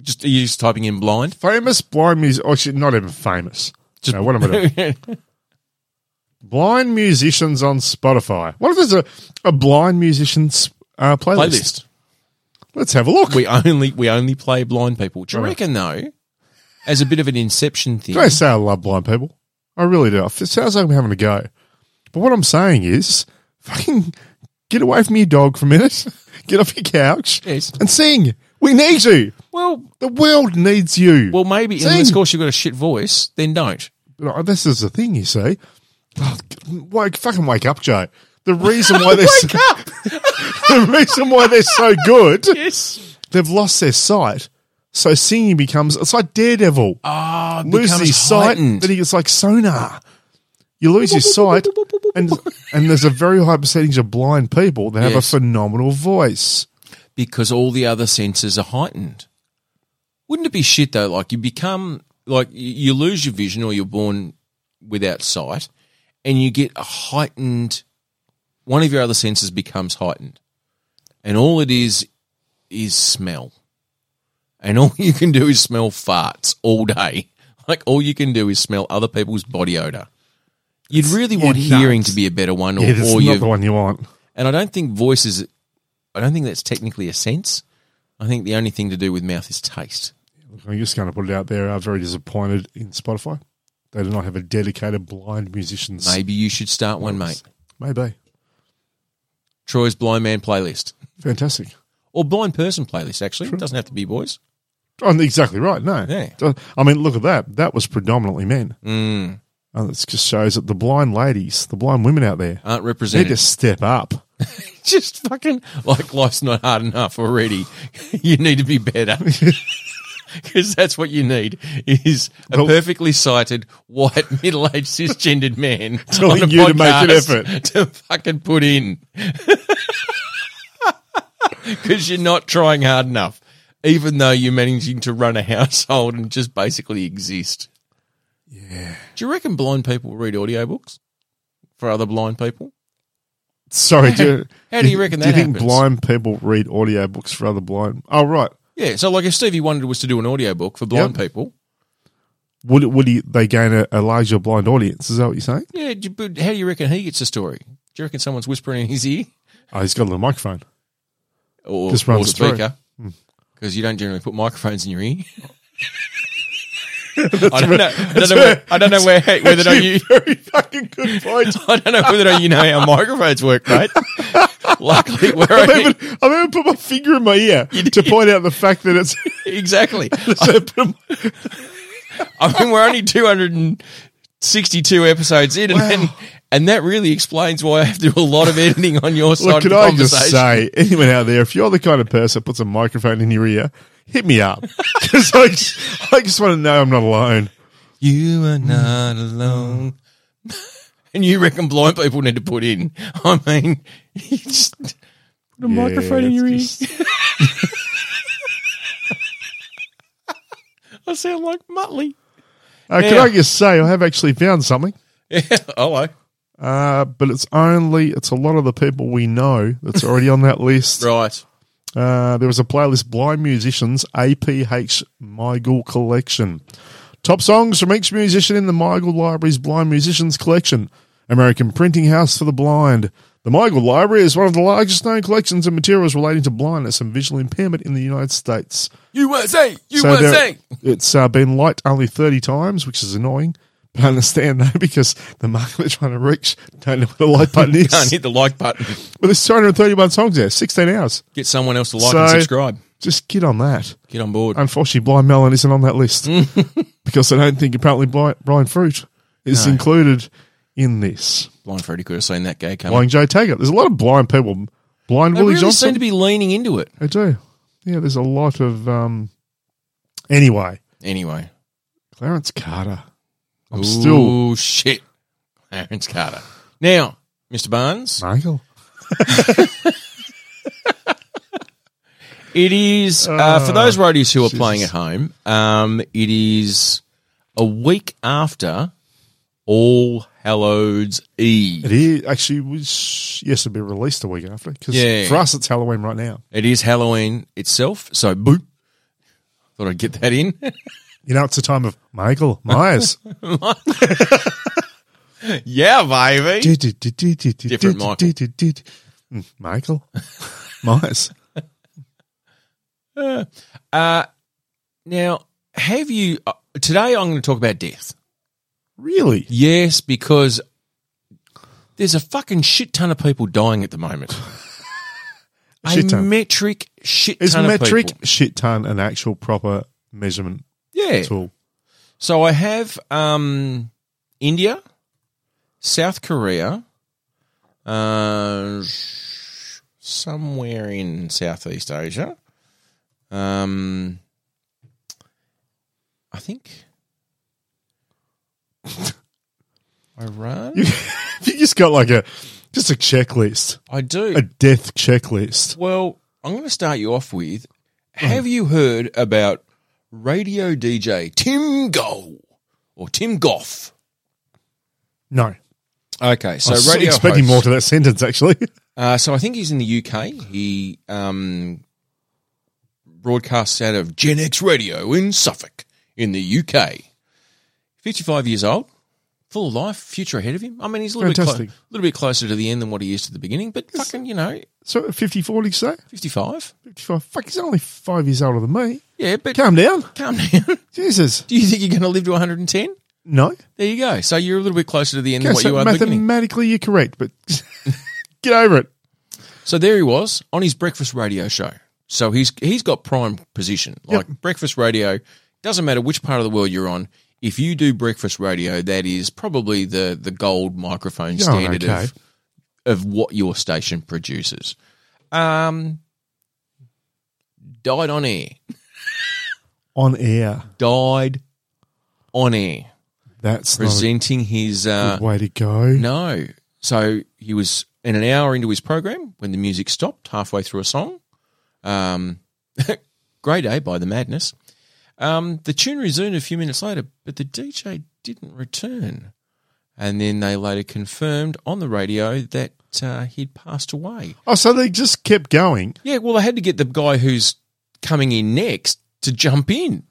Speaker 1: Just are you just typing in blind?
Speaker 2: (laughs) Famous blind music. Actually, not even famous.
Speaker 1: Just-
Speaker 2: no, what am I
Speaker 1: (laughs)
Speaker 2: doing? blind musicians on Spotify. What if there's a, a blind musicians uh, playlist?
Speaker 1: Playlist.
Speaker 2: Let's have a look.
Speaker 1: We only we only play blind people. Do you reckon though? As a bit of an inception thing.
Speaker 2: Can I say I love blind people? I really do. It sounds like I'm having a go. But what I'm saying is, (laughs) fucking get away from your dog for a minute. (laughs) Get off your couch
Speaker 1: Yes.
Speaker 2: and sing. We need you.
Speaker 1: Well,
Speaker 2: The world needs you.
Speaker 1: well, maybe unless of course you've got a shit voice, then don't.
Speaker 2: No, this is the thing, you see. Oh, wake, fucking wake up, Joe. The reason why they're so, (laughs) the reason why they're so good,
Speaker 1: Yes.
Speaker 2: they've lost their sight. So singing becomes it's like Daredevil.
Speaker 1: Ah, oh,
Speaker 2: loses
Speaker 1: becomes
Speaker 2: his sight,
Speaker 1: heightened.
Speaker 2: then he gets like sonar. You lose your sight, and and there's a very high percentage of blind people that have
Speaker 1: Yes.
Speaker 2: a phenomenal voice.
Speaker 1: because all the other senses are heightened. Wouldn't it be shit though? Like you become like you- you lose your vision or you're born without sight, and you get a heightened. One of your other senses becomes heightened, and all it is is smell, and all (laughs) you can do is smell farts all day. (laughs) Like all you can do is smell other people's body odor. You'd really want
Speaker 2: you're nuts.
Speaker 1: hearing to be a better one, or,
Speaker 2: Yeah, that's
Speaker 1: or
Speaker 2: not
Speaker 1: you
Speaker 2: the one you want.
Speaker 1: and I don't think voice is, I don't think that's technically a sense. I think the only thing to do with mouth is taste.
Speaker 2: I'm just going to put it out there. I'm very disappointed in Spotify. They do not have a dedicated blind musicians.
Speaker 1: Maybe you should start one, mate.
Speaker 2: Maybe.
Speaker 1: Troy's Blind Man playlist
Speaker 2: Fantastic.
Speaker 1: or Blind Person playlist, actually. It doesn't have to be boys.
Speaker 2: Oh, exactly right. No. Uh,
Speaker 1: Yeah.
Speaker 2: I mean, look at that. That was predominantly men.
Speaker 1: Mm,
Speaker 2: And it just shows that the blind ladies, the blind women out there,
Speaker 1: aren't
Speaker 2: need
Speaker 1: represented.
Speaker 2: to
Speaker 1: Just,
Speaker 2: step up.
Speaker 1: (laughs) fucking like life's not hard enough already. (laughs) you need to be better. (laughs) Because that's what you need is a
Speaker 2: Well-
Speaker 1: perfectly sighted, white, (laughs) middle-aged, cisgendered man
Speaker 2: (laughs) Telling
Speaker 1: on a
Speaker 2: you to make an
Speaker 1: podcast (laughs) to fucking put in. (laughs) Because you're not trying hard enough, even though you're managing to run a household and just basically exist. Yeah. Do you reckon blind people read audiobooks for other blind people?
Speaker 2: Sorry, do,
Speaker 1: How do you reckon
Speaker 2: do you
Speaker 1: that
Speaker 2: think
Speaker 1: happens?
Speaker 2: blind people read audiobooks for other blind? Oh, right.
Speaker 1: Yeah. So, like, if Stevie Wonder was to do an audiobook for blind people,
Speaker 2: Would would he, they gain a, a larger blind audience? Is that what you're saying?
Speaker 1: yeah, do you- but how do you reckon he gets the story? Do you reckon someone's whispering in his ear?
Speaker 2: Oh, he's got a little
Speaker 1: (laughs)
Speaker 2: microphone.
Speaker 1: or,
Speaker 2: Just
Speaker 1: or
Speaker 2: runs it through.
Speaker 1: speaker because you don't generally put microphones in your
Speaker 2: (laughs)
Speaker 1: ear. I don't
Speaker 2: right.
Speaker 1: know. I don't know, where, I don't know where, whether or not you.
Speaker 2: (laughs) Very fucking good point.
Speaker 1: (laughs) I don't know whether or not you know how microphones work,
Speaker 2: (laughs)
Speaker 1: mate. (laughs) Luckily, we're
Speaker 2: I've
Speaker 1: only,
Speaker 2: even, I've even put my finger in my ear to point out the fact that it's. (laughs)
Speaker 1: exactly.
Speaker 2: so put my-
Speaker 1: I mean, we're only two hundred and sixty-two episodes in, and then, and that really explains why I have to do a lot of editing on your side
Speaker 2: Look,
Speaker 1: of the
Speaker 2: can I just
Speaker 1: conversation.
Speaker 2: say, (laughs) anyone out there, if you're the kind of person that puts a microphone in your ear, hit me up. (laughs) Because I just, I just want to know I'm not alone.
Speaker 1: You are not alone. (laughs) and you reckon blind people need to put in? I mean, you just put a microphone in
Speaker 2: it's
Speaker 1: your ear.
Speaker 2: just-
Speaker 1: (laughs) I sound like Muttley.
Speaker 2: Uh, Can
Speaker 1: Yeah.
Speaker 2: I just say, I have actually found something,
Speaker 1: Yeah, hello.
Speaker 2: uh, but it's only it's a lot of the people we know that's already on that (laughs) list.
Speaker 1: Right.
Speaker 2: Uh, there was a playlist, Blind Musicians APH Michael Collection, top songs from each musician in the Michael Library's Blind Musicians Collection, American Printing House for the Blind. The Michael Library is one of the largest known collections of materials relating to blindness and visual impairment in the United States.
Speaker 1: USA!
Speaker 2: So there-
Speaker 1: USA!
Speaker 2: it's uh, been liked only 30 times, which is annoying. But I understand though, (laughs) because the market they're trying to reach don't know what the like button is.
Speaker 1: Can't hit the like button.
Speaker 2: But there's 231 songs there, 16 hours.
Speaker 1: Get someone else to like and
Speaker 2: So-
Speaker 1: subscribe.
Speaker 2: Just get on that.
Speaker 1: Get on board.
Speaker 2: Unfortunately, Blind Melon isn't on that list
Speaker 1: (laughs)
Speaker 2: because I don't think apparently Blind, blind Fruit is included in this.
Speaker 1: blind Freddy could have seen that gay coming.
Speaker 2: Blind Joe Taggart. There's a lot of blind people. Blind
Speaker 1: They
Speaker 2: Willie
Speaker 1: really
Speaker 2: Johnson.
Speaker 1: seem to be leaning into it.
Speaker 2: I do. Yeah, there's a lot of. Um, anyway,
Speaker 1: Anyway.
Speaker 2: Clarence Carter. I'm still.
Speaker 1: Ooh, shit. Clarence Carter. Now, Mr. Barnes,
Speaker 2: Michael.
Speaker 1: It is uh, for those
Speaker 2: Ah,
Speaker 1: roadies who are playing at home. Um, it is a week after All Hallows Eve.
Speaker 2: It is, actually was yes, it'll be released the week after because
Speaker 1: Yeah.
Speaker 2: for us it's Halloween right now.
Speaker 1: It is Halloween itself, so boop. Thought I'd get that in. (laughs)
Speaker 2: You know, it's a time of Michael Myers.
Speaker 1: yeah, baby.
Speaker 2: Different
Speaker 1: Different Michael.
Speaker 2: Mm, Michael Myers.
Speaker 1: Uh, now, have you uh, today? I'm going to talk about death.
Speaker 2: Really?
Speaker 1: Yes, because there's a fucking shit ton of people dying at the moment.
Speaker 2: (laughs)
Speaker 1: a
Speaker 2: Shit ton.
Speaker 1: metric shit
Speaker 2: Is
Speaker 1: ton
Speaker 2: metric
Speaker 1: of people.
Speaker 2: shit ton an actual proper measurement
Speaker 1: Yeah.
Speaker 2: tool?
Speaker 1: So I have um, India, South Korea, uh, somewhere in Southeast Asia. Um, I
Speaker 2: (laughs)
Speaker 1: think Iran.
Speaker 2: You just got like a just a checklist,
Speaker 1: I do.
Speaker 2: a death checklist.
Speaker 1: Well, I'm going to start you off with Have you heard about radio DJ Tim Go or Tim Goff?
Speaker 2: No,
Speaker 1: Okay, so
Speaker 2: I was
Speaker 1: radio
Speaker 2: expecting
Speaker 1: host.
Speaker 2: more to that sentence actually. (laughs)
Speaker 1: Uh, so I think he's in the UK. He um, broadcasts out of Gen X Radio in Suffolk, in the UK. 55 years old, full of life, future ahead of him. I mean, he's a little, bit, clo-
Speaker 2: Fantastic.
Speaker 1: little bit closer to the end than what he is to the beginning, but fucking, you know,
Speaker 2: So fifty-four, did you say?
Speaker 1: 55.
Speaker 2: Fifty-five. Fuck, he's only five years older than me.
Speaker 1: Yeah, but
Speaker 2: Calm down,
Speaker 1: calm down.
Speaker 2: Jesus.
Speaker 1: Do you think you're going to live to 110?
Speaker 2: No,
Speaker 1: There you go. So you're a little bit closer to the end
Speaker 2: Okay,
Speaker 1: than what
Speaker 2: so
Speaker 1: you are at the beginning.
Speaker 2: mathematically you're correct, but (laughs) get over it.
Speaker 1: So there he was on his breakfast radio show. So he's he's got prime position. Like breakfast radio, doesn't matter which part of the world you're on. If you do breakfast radio, that is probably the the gold microphone
Speaker 2: Yeah, oh,
Speaker 1: standard
Speaker 2: okay.
Speaker 1: of of what your station produces. Um, died on air.
Speaker 2: On air,
Speaker 1: Died on air.
Speaker 2: that's
Speaker 1: Presenting his uh,
Speaker 2: not a good way to go.
Speaker 1: No. So he was in an hour into his program when the music stopped halfway through a song. Um, (laughs) Grey Day by The Madness. Um, the tune resumed a few minutes later, but the DJ didn't return. And then they later confirmed on the radio that uh, he'd passed away.
Speaker 2: Oh, so they just kept going.
Speaker 1: Yeah, well, they had to get the guy who's coming in next to jump in.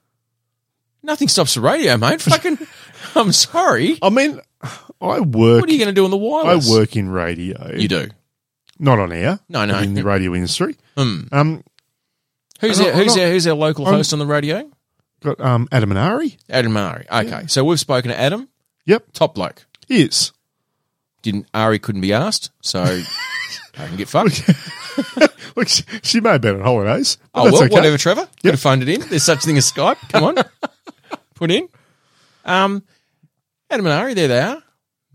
Speaker 1: Nothing stops the radio, mate. Fucking, (laughs) I'm sorry.
Speaker 2: I mean, I work.
Speaker 1: What are you going to do on the
Speaker 2: I
Speaker 1: wireless?
Speaker 2: work in radio.
Speaker 1: You do.
Speaker 2: Not on air.
Speaker 1: No, no.
Speaker 2: but In the radio industry.
Speaker 1: Hmm.
Speaker 2: Um,
Speaker 1: Who's
Speaker 2: I'm not-
Speaker 1: our, who's
Speaker 2: I'm not-
Speaker 1: our, who's our local
Speaker 2: I'm-
Speaker 1: host on the radio?
Speaker 2: got um, Adam and Ari.
Speaker 1: Adam Murray. Okay, so we've spoken to Adam.
Speaker 2: Yep.
Speaker 1: Top bloke.
Speaker 2: Yes. (laughs)
Speaker 1: Didn't Ari couldn't be asked, so I can get fucked.
Speaker 2: Look, she, she may have been on holidays. But
Speaker 1: oh
Speaker 2: that's
Speaker 1: well,
Speaker 2: okay.
Speaker 1: whatever, Trevor. Could have phoned it in. There's such thing as Skype. Come
Speaker 2: (laughs)
Speaker 1: on, put in. Um, Adam and Ari, there they are.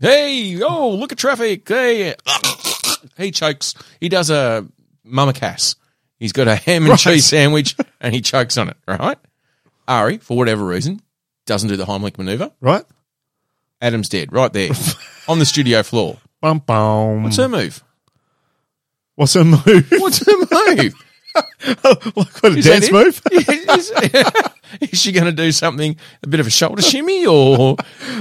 Speaker 1: Hey, oh, look at traffic. Hey, (coughs) he chokes. He does a mama cass. He's got a ham and
Speaker 2: Right.
Speaker 1: cheese
Speaker 2: (laughs)
Speaker 1: sandwich, and he chokes on it. Right, Ari, for whatever reason, doesn't do the Heimlich maneuver.
Speaker 2: Right?
Speaker 1: Adam's dead right there (laughs) on the studio floor.
Speaker 2: Bum, bum.
Speaker 1: What's her move?
Speaker 2: What's her move? (laughs)
Speaker 1: What's her move? (laughs)
Speaker 2: like, what a
Speaker 1: Is that
Speaker 2: dance
Speaker 1: it?
Speaker 2: move?
Speaker 1: is, is (laughs) she going to do something, a bit of a shoulder shimmy or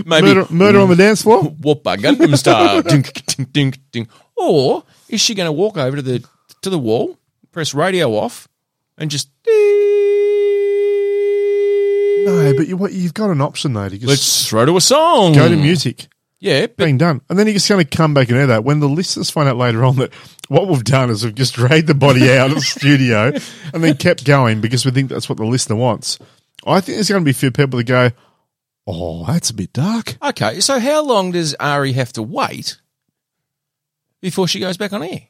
Speaker 1: maybe
Speaker 2: (laughs) Murder, murder on the dance
Speaker 1: (laughs)
Speaker 2: floor?
Speaker 1: Whopper Gundam style? (laughs) dink, dink, dink, dink. Or is she going to walk over to the to the wall, press radio off, and just (laughs)
Speaker 2: No, but you, what, you've got an option, though, to just
Speaker 1: let's Hmm. throw to a song?
Speaker 2: go to music.
Speaker 1: Yeah, but
Speaker 2: Being done. And then you're just going to come back and air that. When the listeners find out later on that what we've done is we've just dragged the body
Speaker 1: (laughs)
Speaker 2: out of the studio and then kept going because we think that's what the listener wants. I think there's going to be a few people that go, oh, that's a bit dark.
Speaker 1: okay. So how long does Ari have to wait before she goes back on air?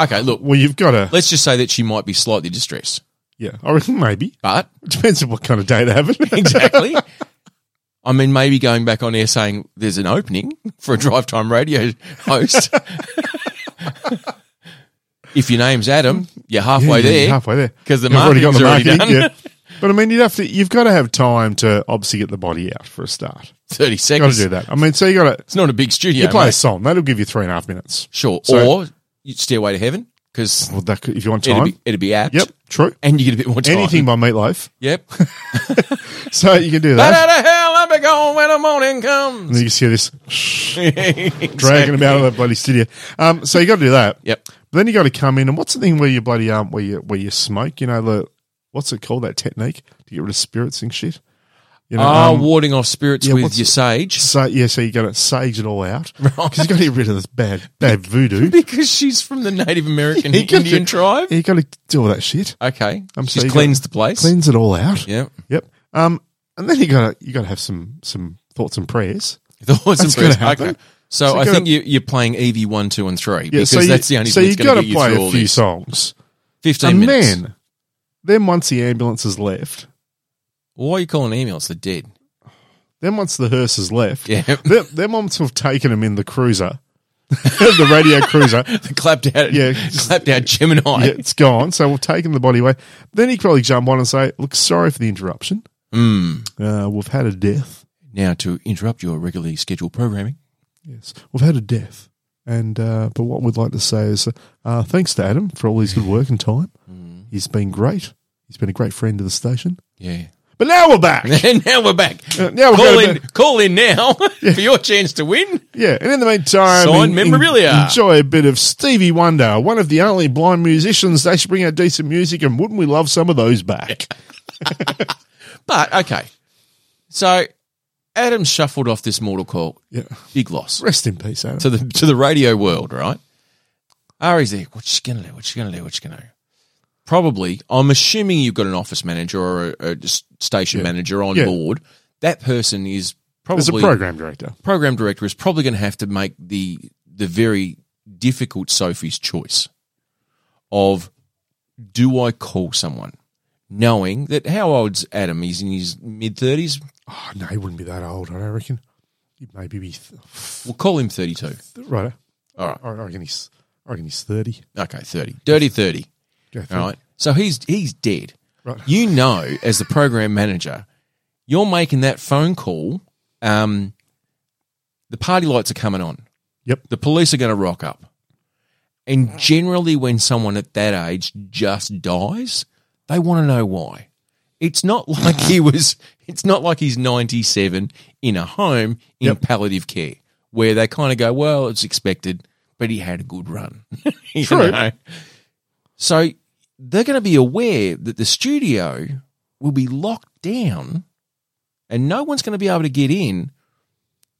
Speaker 1: Okay, look,
Speaker 2: Well, you've got to,
Speaker 1: Let's just say that she might be slightly distressed,
Speaker 2: yeah, I reckon maybe. (laughs)
Speaker 1: but
Speaker 2: It depends on what kind of day
Speaker 1: (laughs)
Speaker 2: they're having.
Speaker 1: exactly. I mean, maybe going back on air saying there's an opening for a drive time radio
Speaker 2: (laughs)
Speaker 1: host. if your name's Adam, you're halfway
Speaker 2: (laughs) Yeah, yeah,
Speaker 1: there
Speaker 2: Halfway there.
Speaker 1: because the
Speaker 2: You've already
Speaker 1: marketing's
Speaker 2: got the
Speaker 1: already,
Speaker 2: marketing.
Speaker 1: done.
Speaker 2: Yeah. But I mean, you'd have to, you've got to have time to obviously get the body out for a start.
Speaker 1: Thirty
Speaker 2: Got to
Speaker 1: seconds.
Speaker 2: do that. I mean, so you got to
Speaker 1: It's not a big studio.
Speaker 2: you play a
Speaker 1: mate.
Speaker 2: song. That'll give you three and a half minutes.
Speaker 1: Sure.
Speaker 2: So-
Speaker 1: or you- Stairway to Heaven. because
Speaker 2: Well, that could, if you want
Speaker 1: it'd
Speaker 2: time.
Speaker 1: be, it'd be apt.
Speaker 2: yep, true.
Speaker 1: And you get a bit more time.
Speaker 2: Anything by Meatloaf. (laughs)
Speaker 1: Yep.
Speaker 2: So you can do
Speaker 1: But
Speaker 2: that.
Speaker 1: out of hell, I'll be gone when the morning
Speaker 2: And
Speaker 1: comes.
Speaker 2: (laughs) then you can see this dragging him out of that bloody studio. Um, so you got to do that.
Speaker 1: Yep.
Speaker 2: But then you got to come in, and what's the thing where you bloody um where you where you smoke? You know the what's it called that technique to get rid of spirits and shit. You know,
Speaker 1: Ah,
Speaker 2: um,
Speaker 1: warding off spirits
Speaker 2: yeah,
Speaker 1: with
Speaker 2: what's-
Speaker 1: your
Speaker 2: (laughs)
Speaker 1: sage.
Speaker 2: so yeah, so you got to sage it all out
Speaker 1: (laughs) Right.
Speaker 2: because you got to get rid of this bad bad
Speaker 1: (laughs)
Speaker 2: voodoo.
Speaker 1: Because she's from the Native (laughs) American
Speaker 2: You got
Speaker 1: Indian
Speaker 2: to-
Speaker 1: tribe.
Speaker 2: You got to do all that shit,
Speaker 1: Okay.
Speaker 2: Um, so
Speaker 1: she's
Speaker 2: you got-
Speaker 1: cleansed the place.
Speaker 2: cleanse it all
Speaker 1: (laughs)
Speaker 2: out.
Speaker 1: Yep.
Speaker 2: Yep. Um, and then you got to you got to have some some thoughts and prayers.
Speaker 1: Thoughts and
Speaker 2: That's gonna
Speaker 1: prayers.
Speaker 2: happen.
Speaker 1: Okay. So,
Speaker 2: So
Speaker 1: I
Speaker 2: gotta-
Speaker 1: think you, you're playing EV one, two, and three because
Speaker 2: so you-
Speaker 1: that's the only
Speaker 2: so
Speaker 1: thing that's
Speaker 2: you
Speaker 1: going to
Speaker 2: gotta
Speaker 1: get you
Speaker 2: play
Speaker 1: through
Speaker 2: a
Speaker 1: all
Speaker 2: few Oh,
Speaker 1: this.
Speaker 2: songs.
Speaker 1: Fifteen
Speaker 2: and
Speaker 1: minutes.
Speaker 2: then, then once the ambulance has left,
Speaker 1: Why are you calling emails? They're dead. (laughs)
Speaker 2: then once the hearse has left,
Speaker 1: Yeah.
Speaker 2: (laughs) them, them once have taken him in the cruiser, (laughs) the radio
Speaker 1: (laughs)
Speaker 2: cruiser.
Speaker 1: They clapped out.
Speaker 2: Yeah.
Speaker 1: Clapped out Gemini.
Speaker 2: Yeah, it's gone, so we've taken the body away. Then he probably jump on and say, "Look, sorry for the interruption.
Speaker 1: Mm.
Speaker 2: Uh, we've had a death.
Speaker 1: Now to interrupt your regularly scheduled programming.
Speaker 2: Yes, we've had a death. And uh, but what we'd like to say is, uh, thanks to Adam for all his good work and time.
Speaker 1: Mm.
Speaker 2: He's been great. He's been a great friend to the station.
Speaker 1: Yeah. (laughs)
Speaker 2: But now we're back.
Speaker 1: And now we're back.
Speaker 2: Uh, now we're
Speaker 1: call
Speaker 2: going
Speaker 1: in, call in now (laughs) for your chance to win.
Speaker 2: Yeah, and in the meantime,
Speaker 1: Signed
Speaker 2: en-
Speaker 1: memorabilia.
Speaker 2: en- enjoy a bit of Stevie Wonder, one of the only blind musicians. They should bring out decent music, and wouldn't we love some of those back?
Speaker 1: But okay, so Adam shuffled off this mortal call.
Speaker 2: Yeah,
Speaker 1: Big loss
Speaker 2: rest in peace, Adam.
Speaker 1: to the to the radio world, right? Ari's there. What's she gonna do? What's she gonna do? What's she gonna do? Probably, I'm assuming you've got an office manager or a, a s- station manager on
Speaker 2: Yeah.
Speaker 1: board. That person is
Speaker 2: As a
Speaker 1: probably
Speaker 2: program director,
Speaker 1: program director is probably going to have to make the the very difficult Sophie's choice of do I call someone, knowing that how old's Adam? He's in his mid thirties.
Speaker 2: oh no, he wouldn't be that old. I don't reckon. He'd maybe be th-
Speaker 1: We'll call him thirty-two.
Speaker 2: right.
Speaker 1: All right,
Speaker 2: I reckon he's. I reckon he's thirty.
Speaker 1: okay, thirty, dirty thirty.
Speaker 2: Yeah,
Speaker 1: All right, so he's he's dead.
Speaker 2: Right.
Speaker 1: You know, as the program manager, you're making that phone call. Um, the party lights are coming on.
Speaker 2: Yep.
Speaker 1: the police are going to rock up. And generally, when someone at that age just dies, they want to know why. It's not (laughs) like he was. It's not like he's ninety-seven in a home in
Speaker 2: Yep.
Speaker 1: palliative care, where they kind of go, "Well, it's expected," but he had a good run. (laughs) You
Speaker 2: True.
Speaker 1: know? So they're going to be aware that the studio will be locked down, and no one's going to be able to get in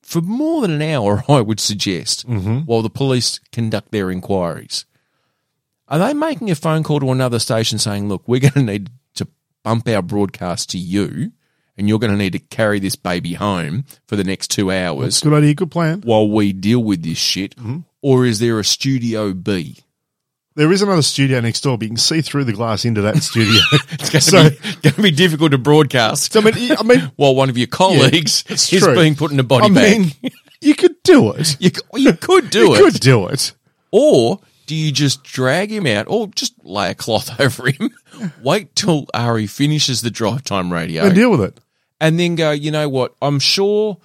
Speaker 1: for more than an hour. (laughs) I would suggest
Speaker 2: Mm-hmm.
Speaker 1: while the police conduct their inquiries. Are they making a phone call to another station saying, look, we're going to need to bump our broadcast to you and you're going to need to carry this baby home for the next two
Speaker 2: That's
Speaker 1: hours
Speaker 2: a good idea. Good plan.
Speaker 1: while we deal with this shit?
Speaker 2: Mm-hmm.
Speaker 1: Or is there a Studio B? (laughs)
Speaker 2: There is another studio next door, but you can see through the glass into that
Speaker 1: (laughs)
Speaker 2: studio.
Speaker 1: It's going to
Speaker 2: So-
Speaker 1: be, going to be difficult to broadcast
Speaker 2: so, I mean, I mean,
Speaker 1: (laughs) while one of your colleagues
Speaker 2: it's
Speaker 1: is
Speaker 2: true.
Speaker 1: being put in a body
Speaker 2: I
Speaker 1: bag.
Speaker 2: mean, you could do it.
Speaker 1: you, c- (laughs) you could do
Speaker 2: you
Speaker 1: it.
Speaker 2: could do it.
Speaker 1: Or do you just drag him out or just lay a cloth (laughs) over him, wait till Ari finishes the drive time radio,
Speaker 2: And deal with it.
Speaker 1: and then go, you know what? I'm sure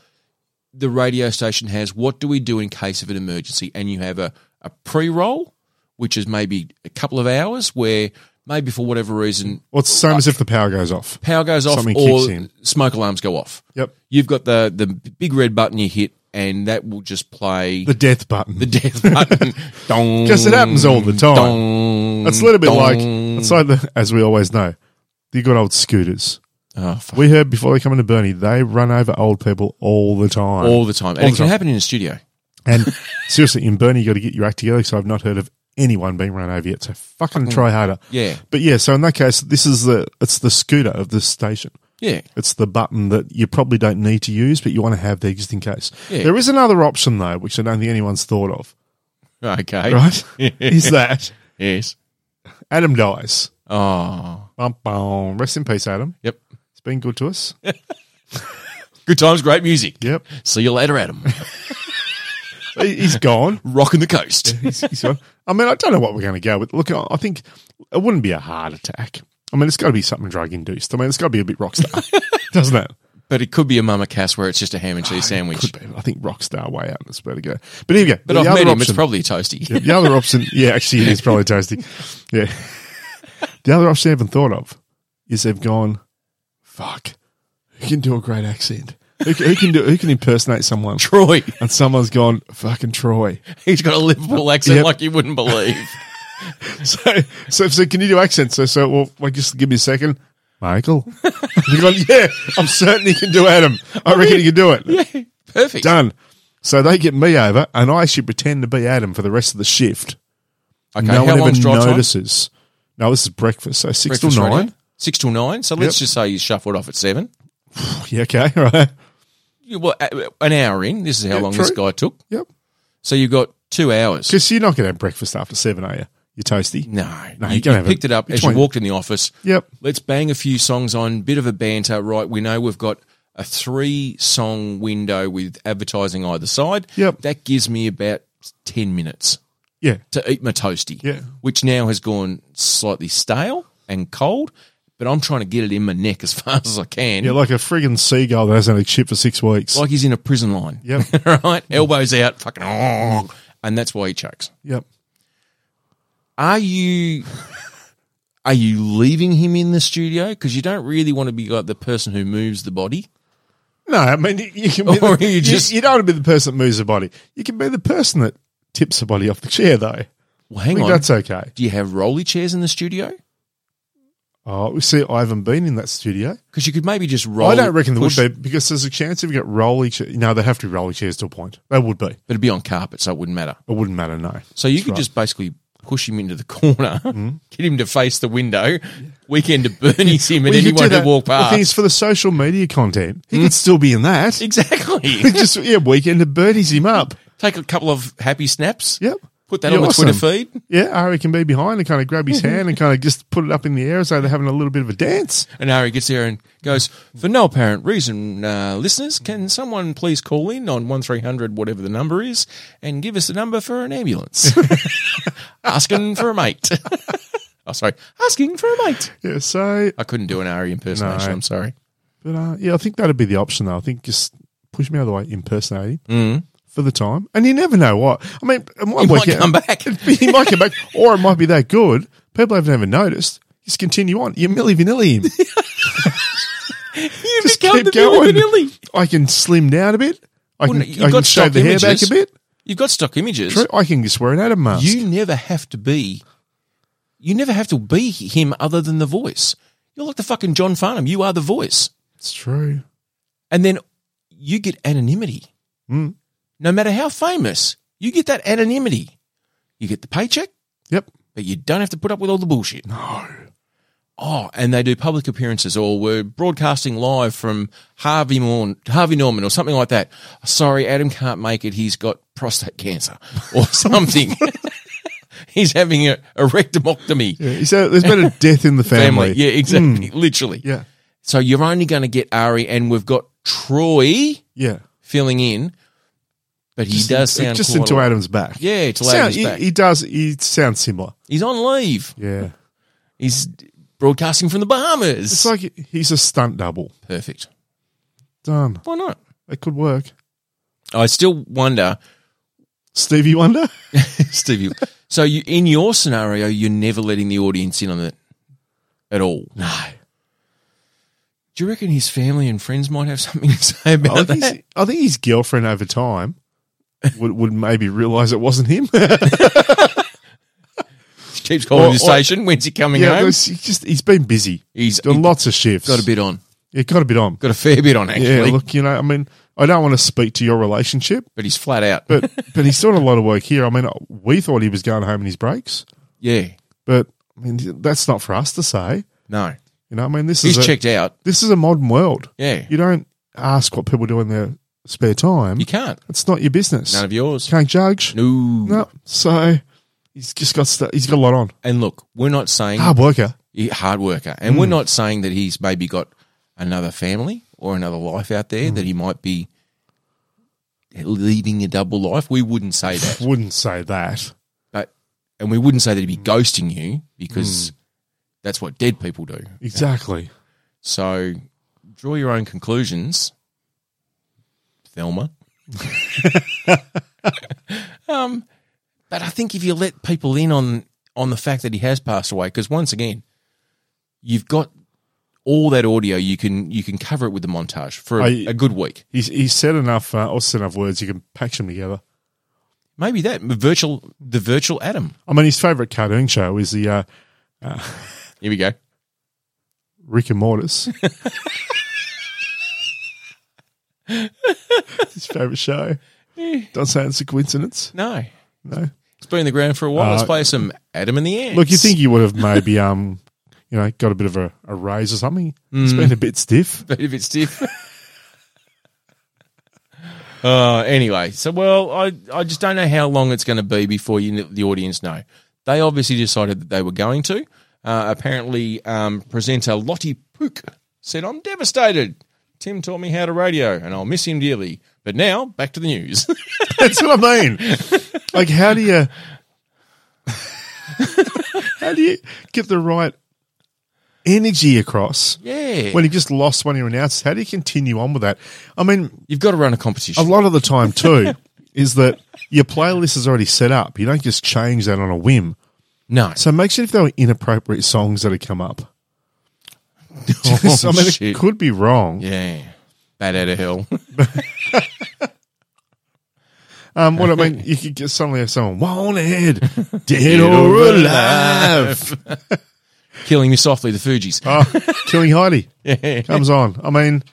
Speaker 1: the radio station has what do we do in case of an emergency? And you have a, a pre roll, which is maybe a couple of hours where maybe for whatever reason
Speaker 2: Well, it's the same as if the power goes off.
Speaker 1: power goes off
Speaker 2: Something kicks
Speaker 1: or
Speaker 2: in.
Speaker 1: smoke alarms go off.
Speaker 2: Yep.
Speaker 1: You've got the, the big red button you hit, and that will just play
Speaker 2: The death
Speaker 1: (laughs)
Speaker 2: button.
Speaker 1: the death
Speaker 2: (laughs)
Speaker 1: button. Dong,
Speaker 2: Because it happens all the time.
Speaker 1: dong,
Speaker 2: it's a little bit
Speaker 1: dong.
Speaker 2: like, it's like the, as we always know, the good old scooters.
Speaker 1: Oh, fuck.
Speaker 2: We heard before they come into Bernie, they run over old people all the time.
Speaker 1: all the time, and
Speaker 2: All
Speaker 1: it
Speaker 2: the
Speaker 1: can
Speaker 2: time.
Speaker 1: happen in a studio.
Speaker 2: and seriously, in Bernie, you got to get your act together because I've not heard of anyone being run over yet. So fucking try harder.
Speaker 1: Yeah,
Speaker 2: But yeah, so in that case, this is the it's the scooter of this station.
Speaker 1: yeah.
Speaker 2: It's the button that you probably don't need to use, but you want to have there just in case.
Speaker 1: Yeah.
Speaker 2: There is another option though, which I don't think anyone's thought of.
Speaker 1: Okay. (laughs)
Speaker 2: Right? is that
Speaker 1: Yes.
Speaker 2: Adam dies?
Speaker 1: Oh.
Speaker 2: Bum, bum. Rest in peace, Adam.
Speaker 1: Yep.
Speaker 2: It's been good to us.
Speaker 1: Good times, great music.
Speaker 2: Yep.
Speaker 1: See you later, Adam. (laughs)
Speaker 2: He- He's gone.
Speaker 1: Rocking the coast.
Speaker 2: He's, he's gone. I mean, I don't know what we're going to go with. Look, I I think
Speaker 1: (laughs)
Speaker 2: it wouldn't be a heart attack. I mean, it's got to be something drug induced. I mean, it's got to be a bit rock star, doesn't it?
Speaker 1: But it could be a mama cass where it's just a ham and cheese sandwich.
Speaker 2: Oh, Could be. I think Rockstar way out. That's where to go. But here we go.
Speaker 1: But
Speaker 2: the
Speaker 1: I've
Speaker 2: other
Speaker 1: met him.
Speaker 2: option-
Speaker 1: It's probably a toasty.
Speaker 2: the other option, yeah, actually, it is probably toasty. Yeah. The other option I haven't thought of is they've gone, fuck, who can do a great accent? Who can, who can do? Who can impersonate
Speaker 1: (laughs)
Speaker 2: someone?
Speaker 1: Troy.
Speaker 2: And someone's gone, fucking Troy. (laughs)
Speaker 1: He's got a Liverpool accent
Speaker 2: Yep.
Speaker 1: like you wouldn't believe.
Speaker 2: (laughs) So, so, so can you do accents? So, so, well, like, just give me a second. Michael. (laughs) You're going, yeah, I'm certain he can do Adam.
Speaker 1: Oh,
Speaker 2: I reckon he can do it.
Speaker 1: Perfect.
Speaker 2: Done. So they get me over, and I should pretend to be Adam for the rest of the shift.
Speaker 1: Okay, how
Speaker 2: no one
Speaker 1: long's
Speaker 2: ever
Speaker 1: drive time?
Speaker 2: notices. No, this is breakfast. So six
Speaker 1: Breakfast
Speaker 2: till nine. (laughs)
Speaker 1: radio? Six till nine. So let's
Speaker 2: Yep.
Speaker 1: just say you shuffled off at seven.
Speaker 2: Yeah, okay, (laughs) right.
Speaker 1: You- Well, a- an hour in. This is how
Speaker 2: Yeah,
Speaker 1: long
Speaker 2: true.
Speaker 1: this guy took.
Speaker 2: Yep.
Speaker 1: So you've got two hours.
Speaker 2: Because you're not going to have breakfast after seven, are you? You're toasty.
Speaker 1: No,
Speaker 2: No,
Speaker 1: you,
Speaker 2: you don't
Speaker 1: you
Speaker 2: have it.
Speaker 1: picked it up
Speaker 2: It's
Speaker 1: as you
Speaker 2: fine.
Speaker 1: walked in the office.
Speaker 2: Yep.
Speaker 1: Let's bang a few songs on, bit of a banter, right? We know we've got a three song window with advertising either side.
Speaker 2: Yep.
Speaker 1: That gives me about 10 minutes
Speaker 2: Yeah.
Speaker 1: to eat my toasty,
Speaker 2: Yeah.
Speaker 1: which now has gone slightly stale and cold, but I'm trying to get it in my neck as (laughs) fast as I can.
Speaker 2: You're like a friggin' seagull that hasn't had a chip for six weeks.
Speaker 1: like he's in a prison line.
Speaker 2: Yep.
Speaker 1: (laughs) right? Elbows out, fucking, and that's why he chokes.
Speaker 2: yep.
Speaker 1: are you are you leaving him in the studio because you don't really want to be like the person who moves the body
Speaker 2: No, I mean, you, you can be
Speaker 1: (laughs) Or
Speaker 2: the,
Speaker 1: you
Speaker 2: you,
Speaker 1: just-
Speaker 2: you don't want to be the person that moves the body. You can be the person that tips the body off the chair, though. I
Speaker 1: well hang
Speaker 2: think
Speaker 1: on
Speaker 2: that's okay.
Speaker 1: do you have rolly chairs in the studio
Speaker 2: Oh, we see, I haven't been in that studio.
Speaker 1: because you could maybe just roll
Speaker 2: I don't reckon there
Speaker 1: push,
Speaker 2: would be because there's a chance if you got rolly chairs. No, they have to be rolly chairs to a point. They would be. It
Speaker 1: but it'd be on carpet so it wouldn't matter
Speaker 2: wouldn't matter, no.
Speaker 1: so you could just basically push him into the corner
Speaker 2: Mm-hmm.
Speaker 1: (laughs) get him to face the window weekend to
Speaker 2: (laughs)
Speaker 1: bernie's him and
Speaker 2: Well, you could
Speaker 1: anyone
Speaker 2: do
Speaker 1: who
Speaker 2: that-
Speaker 1: walk
Speaker 2: the thing is,
Speaker 1: past Hmm.
Speaker 2: for the social media content, he could still be in
Speaker 1: (laughs)
Speaker 2: that. (laughs)
Speaker 1: exactly
Speaker 2: just yeah, weekend of birdies him up.
Speaker 1: take a couple of happy snaps
Speaker 2: Yep.
Speaker 1: put that
Speaker 2: You're
Speaker 1: on the
Speaker 2: awesome.
Speaker 1: twitter feed
Speaker 2: Yeah, Ari can be behind and kind of grab his hand
Speaker 1: (laughs)
Speaker 2: and kind of just put it up in the air as though they're having a little bit of a dance.
Speaker 1: And Ari gets there and goes, for no apparent reason, uh, listeners, can someone please call in on 1300, whatever the number is, and give us a number for an
Speaker 2: (laughs)
Speaker 1: ambulance? asking for a mate. oh, sorry. Asking for a mate.
Speaker 2: Yeah, so
Speaker 1: I couldn't do an Ari impersonation.
Speaker 2: No.
Speaker 1: I'm sorry.
Speaker 2: but uh, yeah, I think that'd be the option though. I think just push me out of the way, impersonate him
Speaker 1: Mm.
Speaker 2: for the time, and you never know what. I mean, it might
Speaker 1: He might
Speaker 2: work out. (laughs)
Speaker 1: come back.
Speaker 2: he might come back, or it might be that good. People haven't even noticed. Just continue on. You milly vanilly
Speaker 1: (laughs)
Speaker 2: him.
Speaker 1: you
Speaker 2: Just
Speaker 1: become
Speaker 2: keep
Speaker 1: the Billy
Speaker 2: going.
Speaker 1: Vanilli.
Speaker 2: I can slim down a bit. I
Speaker 1: Well,
Speaker 2: can,
Speaker 1: no, you've
Speaker 2: I can
Speaker 1: got
Speaker 2: shave
Speaker 1: stock
Speaker 2: the hair back
Speaker 1: images.
Speaker 2: a bit.
Speaker 1: You've got stock images.
Speaker 2: True. I can just wear an Adam mask.
Speaker 1: You never have to be, you never have to be him other than the voice. You're like the fucking John Farnham. You are the voice.
Speaker 2: it's true.
Speaker 1: and then you get anonymity.
Speaker 2: Mm.
Speaker 1: No matter how famous, you get that anonymity. You get the paycheck,
Speaker 2: Yep.
Speaker 1: but you don't have to put up with all the bullshit.
Speaker 2: No.
Speaker 1: Oh, and they do public appearances, or we're broadcasting live from Harvey, Morn, Harvey Norman, or something like that. Sorry, Adam can't make it. He's got prostate cancer,
Speaker 2: (laughs)
Speaker 1: or something. (laughs) He's having a, a rectomectomy.
Speaker 2: Yeah, so there's been
Speaker 1: (laughs)
Speaker 2: a death in the family. Hmm.
Speaker 1: Family. Yeah, exactly. Literally.
Speaker 2: Yeah.
Speaker 1: So you're only going to get Ari, and we've got Troy.
Speaker 2: Yeah.
Speaker 1: filling in, but he does sound
Speaker 2: just
Speaker 1: quite
Speaker 2: into
Speaker 1: a-
Speaker 2: Adam's back.
Speaker 1: yeah, to
Speaker 2: Sound-
Speaker 1: Adam's
Speaker 2: he,
Speaker 1: back.
Speaker 2: he does. He sounds similar.
Speaker 1: he's on leave.
Speaker 2: Yeah.
Speaker 1: He's broadcasting from the Bahamas.
Speaker 2: It's like he's a stunt double.
Speaker 1: Perfect.
Speaker 2: Done.
Speaker 1: Why not?
Speaker 2: It could work.
Speaker 1: I still wonder, (laughs)
Speaker 2: Stevie Wonder.
Speaker 1: Stevie. so you, in your scenario, you're never letting the audience in on it at all. No. Do you reckon his family and friends might have something to say about
Speaker 2: I think,
Speaker 1: that?
Speaker 2: his, I think his girlfriend over time would, would maybe realize it wasn't him. (laughs)
Speaker 1: He (laughs) keeps calling
Speaker 2: Or-
Speaker 1: the
Speaker 2: or-
Speaker 1: station. When's he coming
Speaker 2: yeah,
Speaker 1: home?
Speaker 2: there's- he just he's been busy.
Speaker 1: He's
Speaker 2: Done
Speaker 1: he's
Speaker 2: lots of shifts.
Speaker 1: got a bit on.
Speaker 2: Yeah, got a bit on.
Speaker 1: Got a fair bit on actually,
Speaker 2: Yeah, look, you know, I mean, I don't want to speak to your relationship,
Speaker 1: but he's flat out. (laughs)
Speaker 2: but but he's doing a lot of work here. I mean, we thought he was going home in his breaks,
Speaker 1: yeah,
Speaker 2: but I mean, that's not for us to say.
Speaker 1: no,
Speaker 2: You know, I mean, this
Speaker 1: he's
Speaker 2: is a,
Speaker 1: checked out.
Speaker 2: this is a modern world.
Speaker 1: Yeah,
Speaker 2: You don't ask what people do in their spare time.
Speaker 1: you can't.
Speaker 2: it's not your business.
Speaker 1: None of yours.
Speaker 2: Can't judge.
Speaker 1: No.
Speaker 2: No. So he's just got st- he's got a lot on.
Speaker 1: And look, we're not saying
Speaker 2: Hard Mm. worker.
Speaker 1: he- hard worker, and we're not saying that he's maybe got another family or another life out there
Speaker 2: Mm.
Speaker 1: that he might be leading a double life. We wouldn't say that,
Speaker 2: Wouldn't say that.
Speaker 1: but and we wouldn't say that he'd
Speaker 2: Mm.
Speaker 1: be ghosting you because that's what dead people do.
Speaker 2: Exactly.
Speaker 1: So draw your own conclusions, Thelma. (laughs) um, but I think if you let people in on on the fact that he has passed away, because once again, you've got all that audio. You can you can cover it with the montage for a,
Speaker 2: I-
Speaker 1: a good week.
Speaker 2: He's, he's said enough, uh, or said enough words. You can patch them together.
Speaker 1: Maybe that virtual the virtual Adam.
Speaker 2: I mean, his favorite cartoon show is the uh,
Speaker 1: Here we go.
Speaker 2: Rick and (laughs) Mortis. his favorite show. Don't say it's a coincidence.
Speaker 1: No,
Speaker 2: No.
Speaker 1: it's been in the ground for a while. Let's
Speaker 2: Uh,
Speaker 1: play some Adam and the Ants.
Speaker 2: Look, you think you would have maybe, um, you know, got a bit of a, a raise or something? It's been a bit stiff.
Speaker 1: bit of it stiff. (laughs) uh, anyway, so well, I I just don't know how long it's going to be before you the audience know. They obviously decided that they were going to. Uh, apparently, um, presenter Lottie Pook said, "I'm devastated. Tim taught me how to radio, and I'll miss him dearly." But now, back to the news. (laughs)
Speaker 2: That's what I mean. Like, how do you, how do you get the right energy across
Speaker 1: yeah,
Speaker 2: when you just lost one of your announcers? How do you continue on with that? I mean,
Speaker 1: you've got to run a
Speaker 2: a
Speaker 1: competition.
Speaker 2: lot of the time too is that your playlist is already set up. You don't just change that on a whim.
Speaker 1: no,
Speaker 2: So make sure if there were inappropriate songs that had come up. So, (laughs) I mean,
Speaker 1: shit.
Speaker 2: it could be wrong.
Speaker 1: yeah, bad out of hell. (laughs)
Speaker 2: Um, what I mean, you could get suddenly have someone (laughs) wanted, dead or alive.
Speaker 1: Killing me softly, the Fugees. (laughs)
Speaker 2: Oh, Killing Heidi
Speaker 1: yeah,
Speaker 2: comes on. I mean,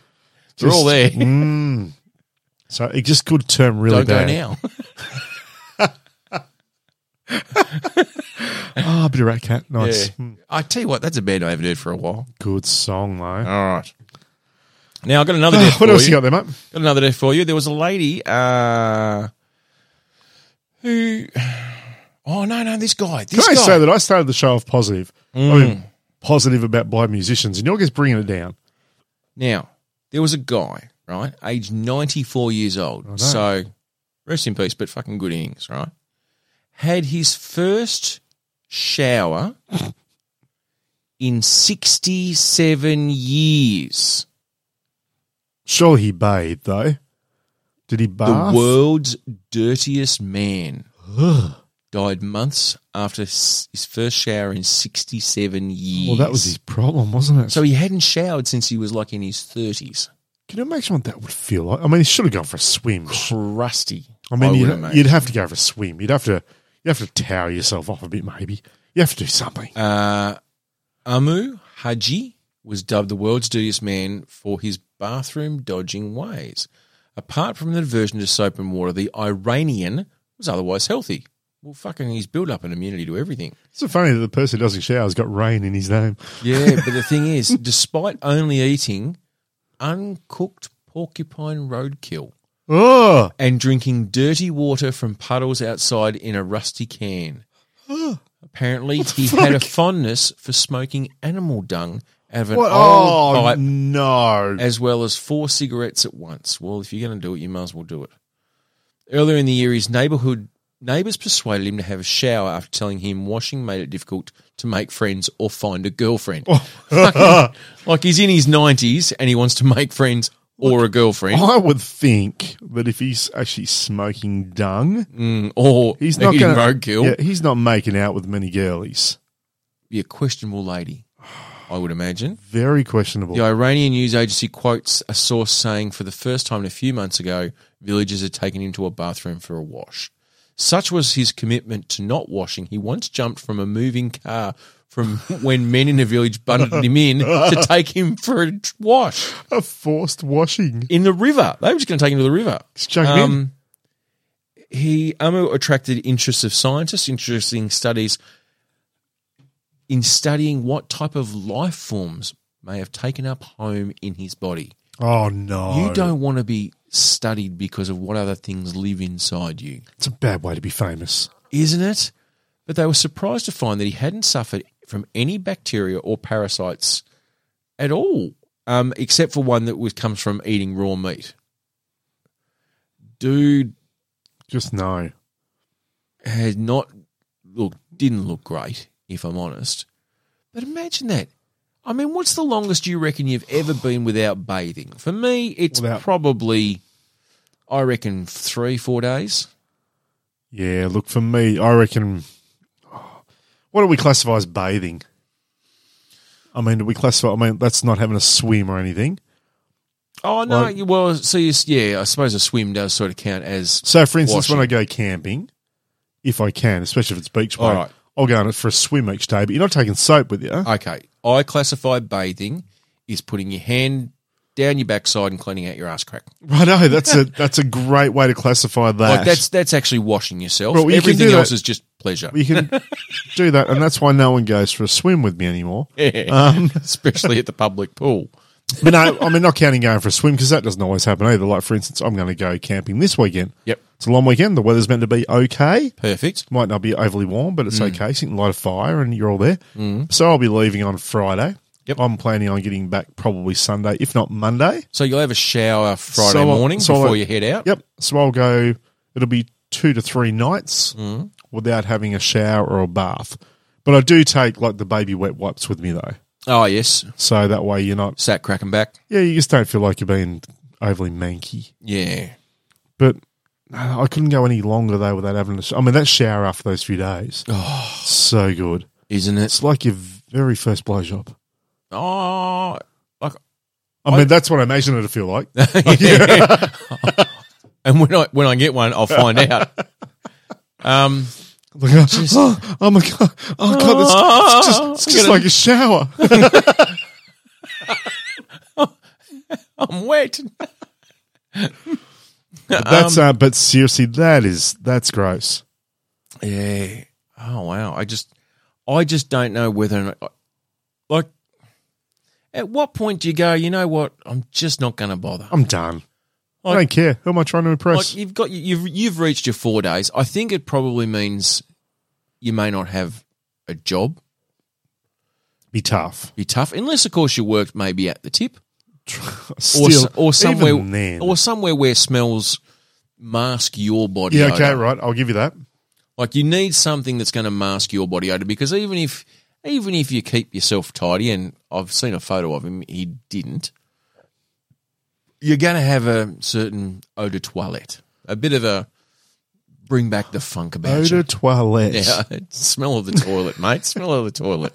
Speaker 1: they're all there.
Speaker 2: just- Mm. so it just could turn really
Speaker 1: Don't
Speaker 2: bad.
Speaker 1: go now.
Speaker 2: Oh, a bit of Rat Cat, nice,
Speaker 1: Yeah. Hmm. I tell you what, that's a band I haven't heard for a while.
Speaker 2: good song though.
Speaker 1: All right. Now I've got
Speaker 2: (laughs)
Speaker 1: another death
Speaker 2: what
Speaker 1: for
Speaker 2: else
Speaker 1: you.
Speaker 2: you got there, mate?
Speaker 1: Got another death for you. There was a lady uh, who. (sighs) Oh no, no, this guy. This
Speaker 2: Can I
Speaker 1: guy.
Speaker 2: say that I started the show off positive? I
Speaker 1: Mm.
Speaker 2: mean, positive about by musicians, and you're just bringing it down.
Speaker 1: Now there was a guy, right, age ninety four years
Speaker 2: Oh,
Speaker 1: old. So rest in peace, but fucking good innings, right? Had his first
Speaker 2: (laughs)
Speaker 1: shower in sixty seven years.
Speaker 2: Surely he bathed though. Did he
Speaker 1: The
Speaker 2: bath?
Speaker 1: world's dirtiest man died months after s- his first shower in 67 years.
Speaker 2: Well, that was his problem, wasn't it?
Speaker 1: So he hadn't showered since he was like in his 30s.
Speaker 2: Can you imagine what that would feel like? I mean, he should have gone for a swim.
Speaker 1: Crusty.
Speaker 2: I mean,
Speaker 1: would
Speaker 2: you'd,
Speaker 1: imagine.
Speaker 2: you'd have to go for a swim. You'd have to, you have to towel yourself off a bit, maybe. You have to do something.
Speaker 1: Uh, Amu Haji was dubbed the world's dirtiest man for his bathroom dodging ways. Apart from the diversion to soap and water, the Iranian was otherwise healthy. Well, fucking, he's built up an immunity to everything.
Speaker 2: It's so funny that the person who doesn't shower has got rain in his name.
Speaker 1: Yeah, but the thing
Speaker 2: (laughs)
Speaker 1: is, despite only eating uncooked porcupine roadkill
Speaker 2: Oh,
Speaker 1: and drinking dirty water from puddles outside in a rusty
Speaker 2: (gasps)
Speaker 1: can, apparently he had a fondness for smoking animal dung out of an
Speaker 2: what?
Speaker 1: old
Speaker 2: Oh
Speaker 1: pipe
Speaker 2: no!
Speaker 1: as well as four cigarettes at once. Well, if you're going to do it, you might as well do it. Earlier in the year, his neighborhood neighbors persuaded him to have a shower after telling him washing made it difficult to make friends or find a girlfriend.
Speaker 2: Oh.
Speaker 1: Fucking- like he's in his 90s and he wants to make friends or a girlfriend
Speaker 2: I would think that if he's actually smoking dung,
Speaker 1: Mm, or
Speaker 2: He's not
Speaker 1: eating
Speaker 2: going
Speaker 1: roadkill.
Speaker 2: Yeah, he's not making out with many girlies.
Speaker 1: Be a questionable lady, I would imagine.
Speaker 2: Very questionable.
Speaker 1: The Iranian news agency quotes a source saying for the first time in a few months ago, villagers had taken him to a bathroom for a wash. Such was his commitment to not washing, he once jumped from a moving car from when men in the village bundled him in to take him for a t- wash
Speaker 2: A forced washing.
Speaker 1: in the river. They were just going to take him to the river.
Speaker 2: Just chuck him in.
Speaker 1: Um, he Amu attracted interest of scientists, interesting studies in studying what type of life forms may have taken up home in his body.
Speaker 2: Oh no!
Speaker 1: You don't want to be studied because of what other things live inside you,
Speaker 2: It's a bad way to be famous.
Speaker 1: isn't it? But they were surprised to find that he hadn't suffered from any bacteria or parasites at all, um, except for one that was, comes from eating raw meat. Dude
Speaker 2: Just no.
Speaker 1: had not look didn't look great, if I'm honest. But imagine that. I mean, what's the longest you reckon you've ever been without bathing? For me, it's
Speaker 2: Without-
Speaker 1: probably, I reckon, three, four days.
Speaker 2: Yeah, look for me, I reckon. (sighs) What do we classify as bathing? I mean, do we classify? I mean, that's not having a swim or anything.
Speaker 1: Oh, no.
Speaker 2: Like-
Speaker 1: you- well, so you, s- yeah, I suppose a swim does sort of count as.
Speaker 2: So, for instance,
Speaker 1: Washing.
Speaker 2: when I go camping, if I can, especially if it's beach
Speaker 1: All
Speaker 2: break,
Speaker 1: right.
Speaker 2: I'll go on it for a swim each day. But you're not taking soap with you. (laughs)
Speaker 1: Okay. I classify bathing is putting your hand down your backside and cleaning out your ass crack.
Speaker 2: Right? No, that's a that's a great way to classify that.
Speaker 1: Like that's that's actually washing yourself.
Speaker 2: Well, you can
Speaker 1: Everything
Speaker 2: do that-
Speaker 1: else is just pleasure.
Speaker 2: you can do that, and that's why no one goes for a swim with me anymore. Um,
Speaker 1: (laughs) Especially at the public pool.
Speaker 2: but no, I mean, not counting going for a swim because that doesn't always happen either. Like, for instance, I'm going to go camping this weekend.
Speaker 1: Yep.
Speaker 2: It's a long weekend. The weather's meant to be okay.
Speaker 1: Perfect.
Speaker 2: Might not be overly warm,
Speaker 1: Mm.
Speaker 2: but it's okay. So you can light a fire and you're all there. Mm. So I'll be leaving on Friday.
Speaker 1: Yep.
Speaker 2: I'm planning on getting back probably Sunday, if not Monday.
Speaker 1: So you'll have a shower Friday
Speaker 2: So I'll-
Speaker 1: morning
Speaker 2: so I'll-
Speaker 1: before you head out.
Speaker 2: Yep. So I'll go, it'll be two to three nights
Speaker 1: Mm.
Speaker 2: without having a shower or a bath. But I do take like the baby wet wipes with me though.
Speaker 1: Oh yes.
Speaker 2: So that way you're not,
Speaker 1: Sat cracking back.
Speaker 2: yeah, you just don't feel like you're being overly manky.
Speaker 1: Yeah.
Speaker 2: But no, I couldn't go any longer though without having a sh- I mean, that shower after those few days,
Speaker 1: Oh,
Speaker 2: so good.
Speaker 1: isn't it?
Speaker 2: (laughs) It's like your very first blowjob.
Speaker 1: Oh, (laughs) like
Speaker 2: I, mean, that's what I imagine it'll
Speaker 1: (laughs)
Speaker 2: feel like.
Speaker 1: yeah. (laughs) and when I when I get one, I'll find out. Um,
Speaker 2: Like, oh, oh, oh my god! Oh god! It's, it's just, it's
Speaker 1: Ah. I'm
Speaker 2: just
Speaker 1: gonna-
Speaker 2: like a
Speaker 1: (laughs)
Speaker 2: shower.
Speaker 1: I'm wet.
Speaker 2: That's uh, but seriously, that is that's gross.
Speaker 1: Yeah. Oh wow. I just I just don't know whether or not, like at what point do you go, you know what, I'm just not gonna bother.
Speaker 2: I'm done. I
Speaker 1: Like-
Speaker 2: don't care. Who am I trying to impress?
Speaker 1: Like you've got you've you've reached your four days. I think it probably means you may not have a job.
Speaker 2: Be tough.
Speaker 1: Be tough, unless of course you worked maybe at the tip
Speaker 2: Still,
Speaker 1: or s- or somewhere
Speaker 2: even then.
Speaker 1: or somewhere where smells mask your body.
Speaker 2: yeah, okay,
Speaker 1: odor.
Speaker 2: right. I'll give you that.
Speaker 1: Like you need something that's going to mask your body odor because even if even if you keep yourself tidy, and I've seen a photo of him, he didn't. You're going to have a certain eau de toilette, a bit of a bring back the funk about
Speaker 2: Eau
Speaker 1: you.
Speaker 2: de toilette.
Speaker 1: Yeah, (laughs) smell of the toilet, mate. Smell of the toilet.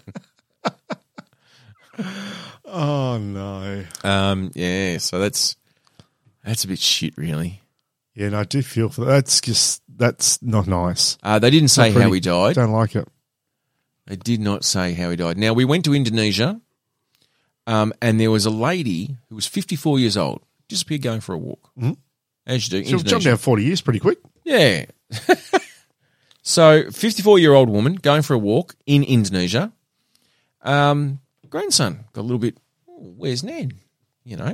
Speaker 2: Oh no.
Speaker 1: Um, yeah, so that's that's a bit shit, really.
Speaker 2: Yeah, no, I do feel for that's just that's not nice.
Speaker 1: Uh, they didn't say how
Speaker 2: pretty-
Speaker 1: he died.
Speaker 2: Don't like it.
Speaker 1: They did not say how he died. Now we went to Indonesia, um, and there was a lady who was 54 years old, disappeared going for a walk,
Speaker 2: Mhm.
Speaker 1: as you do.
Speaker 2: She'll jump
Speaker 1: Indonesia.
Speaker 2: down forty years pretty quick.
Speaker 1: Yeah. (laughs) so, 54 year old woman going for a walk in Indonesia. Um, grandson got a little bit, "Oh, where's Nan? You know,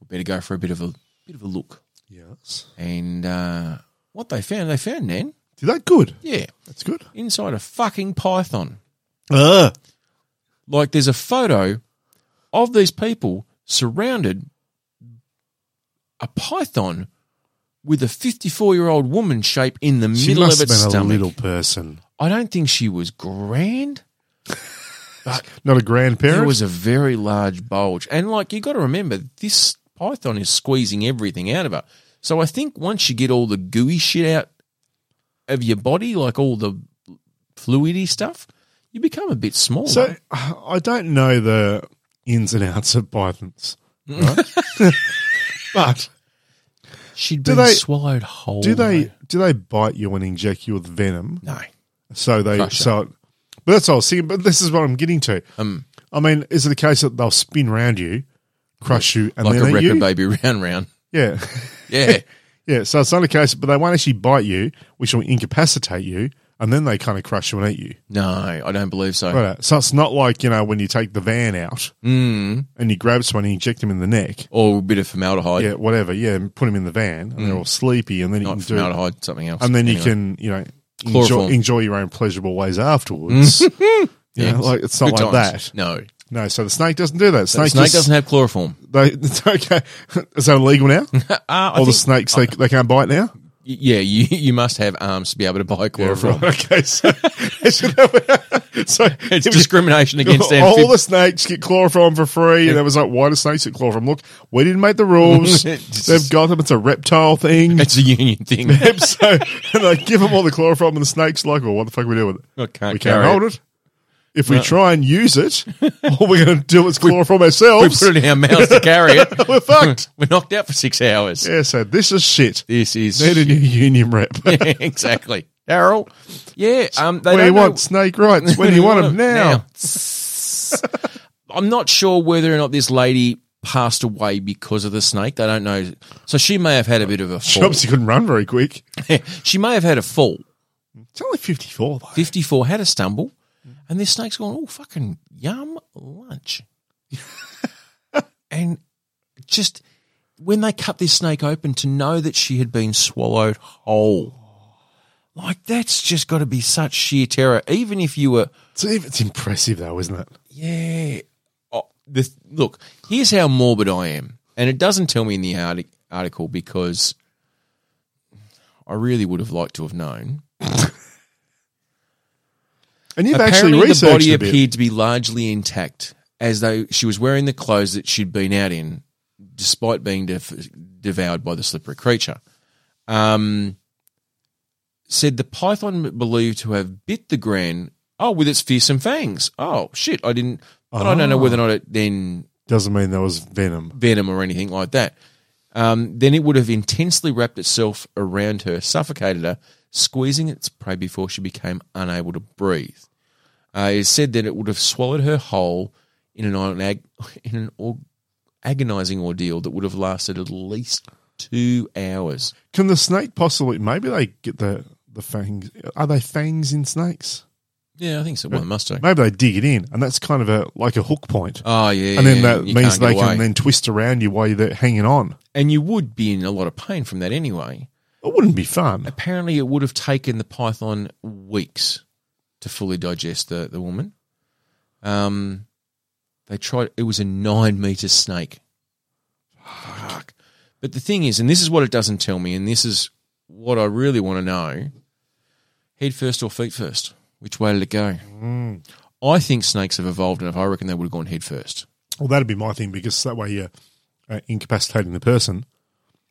Speaker 1: we better go for a bit of a bit of a look.
Speaker 2: Yes.
Speaker 1: And uh, what they found, they found Nan,
Speaker 2: Did that good.
Speaker 1: yeah,
Speaker 2: That's good.
Speaker 1: inside a fucking python.
Speaker 2: Uh
Speaker 1: Like, there's a photo of these people surrounded a python with a 54 year old woman shape in the
Speaker 2: she
Speaker 1: middle
Speaker 2: must
Speaker 1: of
Speaker 2: have
Speaker 1: its
Speaker 2: been
Speaker 1: stomach.
Speaker 2: a little person.
Speaker 1: I don't think she was grand.
Speaker 2: Uh, Not a
Speaker 1: There
Speaker 2: grandparent.
Speaker 1: was a very large bulge. And like you got to remember this python is squeezing everything out of her. So I think once you get all the gooey shit out of your body, like all the fluidy stuff, you become a bit smaller.
Speaker 2: so I don't know the ins and outs of pythons. right?
Speaker 1: Mm. (laughs)
Speaker 2: but
Speaker 1: She'd
Speaker 2: do
Speaker 1: been
Speaker 2: they-
Speaker 1: swallowed whole.
Speaker 2: do they
Speaker 1: though.
Speaker 2: do they bite you and inject you with venom?
Speaker 1: No.
Speaker 2: So they
Speaker 1: Crush
Speaker 2: so it. but that's all I was thinking, but this is what I'm getting to.
Speaker 1: Um,
Speaker 2: I mean, is it the case that they'll spin round you, crush you, and
Speaker 1: like
Speaker 2: then
Speaker 1: a
Speaker 2: eat
Speaker 1: wrecker
Speaker 2: you?
Speaker 1: baby (laughs) round round.
Speaker 2: Yeah. (laughs)
Speaker 1: Yeah.
Speaker 2: Yeah, so it's not a case, but they won't actually bite you, which will incapacitate you, and then they kind of crush you and eat you.
Speaker 1: no, I don't believe so.
Speaker 2: Right. So it's not like, you know, when you take the van out
Speaker 1: Mm.
Speaker 2: and you grab someone and inject them in the neck.
Speaker 1: Or a bit of formaldehyde.
Speaker 2: Yeah, whatever. Yeah, and put them in the van, and they're all sleepy, and then you
Speaker 1: Mm. Not
Speaker 2: can do it.
Speaker 1: formaldehyde, something else.
Speaker 2: And then you
Speaker 1: Anyway.
Speaker 2: can, you know, enjoy,
Speaker 1: Chloroform.
Speaker 2: enjoy your own pleasurable
Speaker 1: (laughs)
Speaker 2: ways afterwards. You know, like It's not
Speaker 1: Good
Speaker 2: like
Speaker 1: times.
Speaker 2: that.
Speaker 1: No.
Speaker 2: No, so the snake doesn't do that.
Speaker 1: The
Speaker 2: Snake,
Speaker 1: snake
Speaker 2: just-
Speaker 1: doesn't have chloroform.
Speaker 2: (laughs) They, okay. Is that illegal now?
Speaker 1: Uh, (laughs) I
Speaker 2: All the
Speaker 1: think-
Speaker 2: snakes, they, they can't bite now?
Speaker 1: y- yeah, you (laughs) you must have arms to be able to buy chloroform.
Speaker 2: Right, (laughs) okay, so, so
Speaker 1: (laughs) It's
Speaker 2: if you-
Speaker 1: discrimination against
Speaker 2: all
Speaker 1: amphib-
Speaker 2: the snakes get chloroform for free, and it was like, why do snakes get chloroform? Look, we didn't make the
Speaker 1: (laughs)
Speaker 2: rules.
Speaker 1: It's-
Speaker 2: They've got them. It's a reptile thing.
Speaker 1: (laughs) It's a union thing.
Speaker 2: (laughs) so, and they give them all the chloroform, and the snake's like, well, what the fuck we do with it?
Speaker 1: I Oh, can't
Speaker 2: we can't
Speaker 1: carry
Speaker 2: hold
Speaker 1: it.
Speaker 2: it. If we try and
Speaker 1: (laughs)
Speaker 2: use it, all we're going to do is chloroform
Speaker 1: We
Speaker 2: ourselves.
Speaker 1: put it in our mouths to carry it.
Speaker 2: (laughs) We're fucked.
Speaker 1: (laughs) We're knocked out for six hours.
Speaker 2: yeah, so this is shit.
Speaker 1: This is
Speaker 2: Need a new union rep.
Speaker 1: (laughs) Yeah, exactly. Daryl. Yeah. Um, they
Speaker 2: Where you
Speaker 1: don't know- (laughs)
Speaker 2: want snake rights, when you want them now.
Speaker 1: I'm not sure whether or not this lady passed away because of the snake. They don't know. So she may have had a bit of a
Speaker 2: She
Speaker 1: fall. (laughs)
Speaker 2: obviously couldn't run very quick.
Speaker 1: she may have had a fall.
Speaker 2: It's only 54, though.
Speaker 1: 54 had a stumble, and this snake's going, oh, fucking yum lunch. and just when they cut this snake open to know that she had been swallowed whole, like that's just got to be such sheer terror. Even if you were,
Speaker 2: It's, it's impressive, though, isn't it?
Speaker 1: yeah. Oh, the, look, here's how morbid I am. And it doesn't tell me in the arti- article because I really would have liked to have known.
Speaker 2: And you've
Speaker 1: Apparently,
Speaker 2: actually
Speaker 1: the
Speaker 2: researched
Speaker 1: body
Speaker 2: a bit.
Speaker 1: appeared to be largely intact, as though she was wearing the clothes that she'd been out in, despite being def- devoured by the slippery creature. Um, said the python believed to have bit the gran. Oh, with its fearsome fangs. Oh shit! I didn't. But I don't
Speaker 2: Ah.
Speaker 1: know whether or not it then
Speaker 2: Doesn't mean there was venom.
Speaker 1: venom or anything like that. Um, then it would have intensely wrapped itself around her, suffocated her, squeezing its prey before she became unable to breathe. Uh, it said that it would have swallowed her whole in an, ag- (laughs) in an or- agonizing ordeal that would have lasted at least two hours.
Speaker 2: Can the snake possibly? Maybe they get the the fangs. Are they fangs in snakes?
Speaker 1: Yeah, I think so. Well, it must have.
Speaker 2: Maybe they dig it in, and that's kind of a like a hook point.
Speaker 1: Oh, yeah.
Speaker 2: and then
Speaker 1: yeah,
Speaker 2: that
Speaker 1: you
Speaker 2: means
Speaker 1: can't get
Speaker 2: they can
Speaker 1: away.
Speaker 2: then twist around you while you're hanging on.
Speaker 1: And you would be in a lot of pain from that anyway.
Speaker 2: It wouldn't be fun.
Speaker 1: apparently it would have taken the python weeks to fully digest the, the woman. Um, they tried, it was a nine meter snake. Fuck. But the thing is, and this is what it doesn't tell me, and this is what I really want to know head first or feet first? Which way did it go?
Speaker 2: Mm.
Speaker 1: I think snakes have evolved enough. I reckon they would have gone head first.
Speaker 2: Well, that'd be my thing because that way you're uh, incapacitating the person.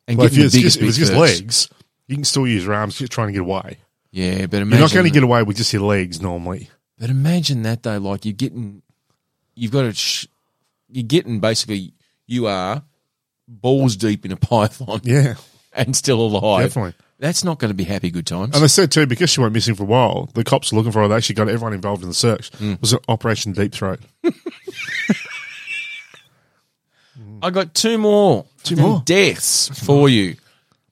Speaker 1: And
Speaker 2: Like if,
Speaker 1: give them
Speaker 2: it's
Speaker 1: the
Speaker 2: just,
Speaker 1: biggest
Speaker 2: if it's
Speaker 1: bit
Speaker 2: just
Speaker 1: first.
Speaker 2: legs, you can still use your arms. You're trying to get away.
Speaker 1: Yeah, but imagine.
Speaker 2: You're not going to get away with just your legs normally.
Speaker 1: But imagine that though, like you're getting, you've got to, sh- you're getting basically, you are balls deep in a (laughs) python
Speaker 2: Yeah,
Speaker 1: and still alive.
Speaker 2: definitely.
Speaker 1: That's not going to be happy good times.
Speaker 2: And they said too, because she went missing for a while, the cops were looking for her. They actually got everyone involved in the search. It was an Operation Deep Throat.
Speaker 1: I got two more, two
Speaker 2: more.
Speaker 1: deaths for you,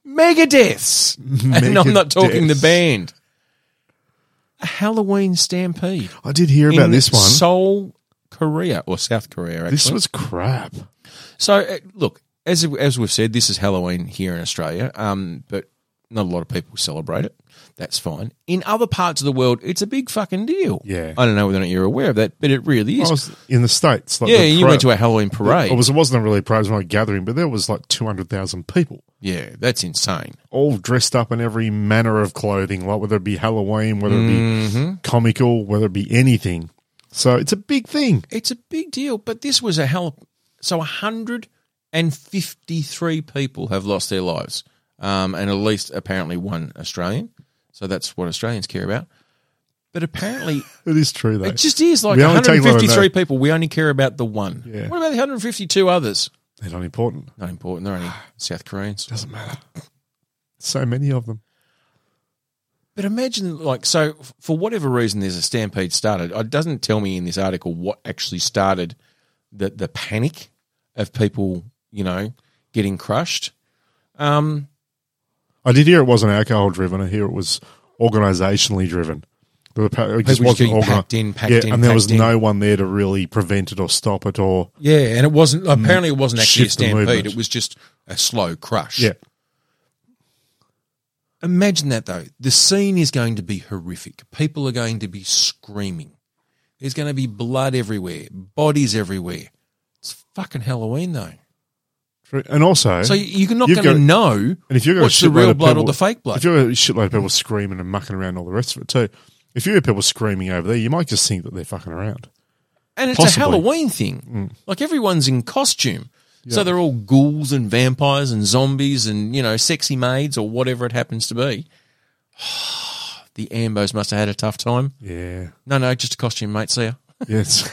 Speaker 1: mega
Speaker 2: (laughs)
Speaker 1: deaths, and
Speaker 2: Mega
Speaker 1: I'm not talking
Speaker 2: deaths.
Speaker 1: the band. A Halloween stampede
Speaker 2: I did hear about
Speaker 1: in
Speaker 2: this one.
Speaker 1: Seoul, Korea or South Korea. Actually.
Speaker 2: this was crap.
Speaker 1: So uh, look, as as we've said, this is Halloween here in Australia, um, but not a lot of people celebrate it. That's fine. In other parts of the world, it's a big fucking deal.
Speaker 2: Yeah.
Speaker 1: I don't know whether or not you're aware of that, but it really
Speaker 2: I
Speaker 1: is.
Speaker 2: was in the states. Like
Speaker 1: yeah,
Speaker 2: the
Speaker 1: you
Speaker 2: parade-
Speaker 1: went to a Halloween parade.
Speaker 2: It was. It wasn't really a parade. It was like a gathering, but there was like two hundred thousand people,
Speaker 1: yeah, that's insane.
Speaker 2: all dressed up in every manner of clothing, like whether it be Halloween, whether it be comical, whether it be anything. So it's a big thing.
Speaker 1: It's a big deal, but this was a hell. So 153 people have lost their lives, um, and at least apparently one Australian. So that's what Australians care about. But apparently,
Speaker 2: It is true though.
Speaker 1: It just is like
Speaker 2: We only take one of
Speaker 1: 153 people. We only care about the one.
Speaker 2: Yeah.
Speaker 1: What about the 152 others?
Speaker 2: They're not important.
Speaker 1: Not important. They're only South Koreans.
Speaker 2: Doesn't matter. So many of them.
Speaker 1: But imagine, like, so f- for whatever reason, there's a stampede started. It doesn't tell me in this article what actually started the the panic of people, you know, getting crushed. Um,
Speaker 2: I did hear it wasn't alcohol driven. I hear it was organisationally driven. There were pa- It just
Speaker 1: People just
Speaker 2: wasn't
Speaker 1: getting
Speaker 2: organi-
Speaker 1: packed in, packed
Speaker 2: yeah,
Speaker 1: in,
Speaker 2: and there was
Speaker 1: packed in.
Speaker 2: no one there to really prevent it or stop it or
Speaker 1: yeah, and it wasn't. Apparently, it wasn't actually a
Speaker 2: Mm. Shift the
Speaker 1: stampede.
Speaker 2: movement.
Speaker 1: It was just a slow crush.
Speaker 2: yeah.
Speaker 1: Imagine that though. The scene is going to be horrific. People are going to be screaming. There's going to be blood everywhere, bodies everywhere. It's fucking Halloween though.
Speaker 2: True. And also,
Speaker 1: So you- you're not
Speaker 2: You've
Speaker 1: going to
Speaker 2: got-
Speaker 1: know
Speaker 2: and if you've got
Speaker 1: what's
Speaker 2: a
Speaker 1: the
Speaker 2: shitload
Speaker 1: real
Speaker 2: of
Speaker 1: blood or
Speaker 2: people-
Speaker 1: the fake blood.
Speaker 2: if you're a shitload of people screaming and mucking around, and all the rest of it too. If you hear people screaming over there, you might just think that they're fucking around.
Speaker 1: And it's
Speaker 2: Possibly.
Speaker 1: a Halloween thing. Like everyone's in costume. So they're all ghouls and vampires and zombies and, you know, sexy maids or whatever it happens to be. (sighs) the Ambos must have had a tough time.
Speaker 2: Yeah,
Speaker 1: No, no, just a costume, mate. See ya.
Speaker 2: yes.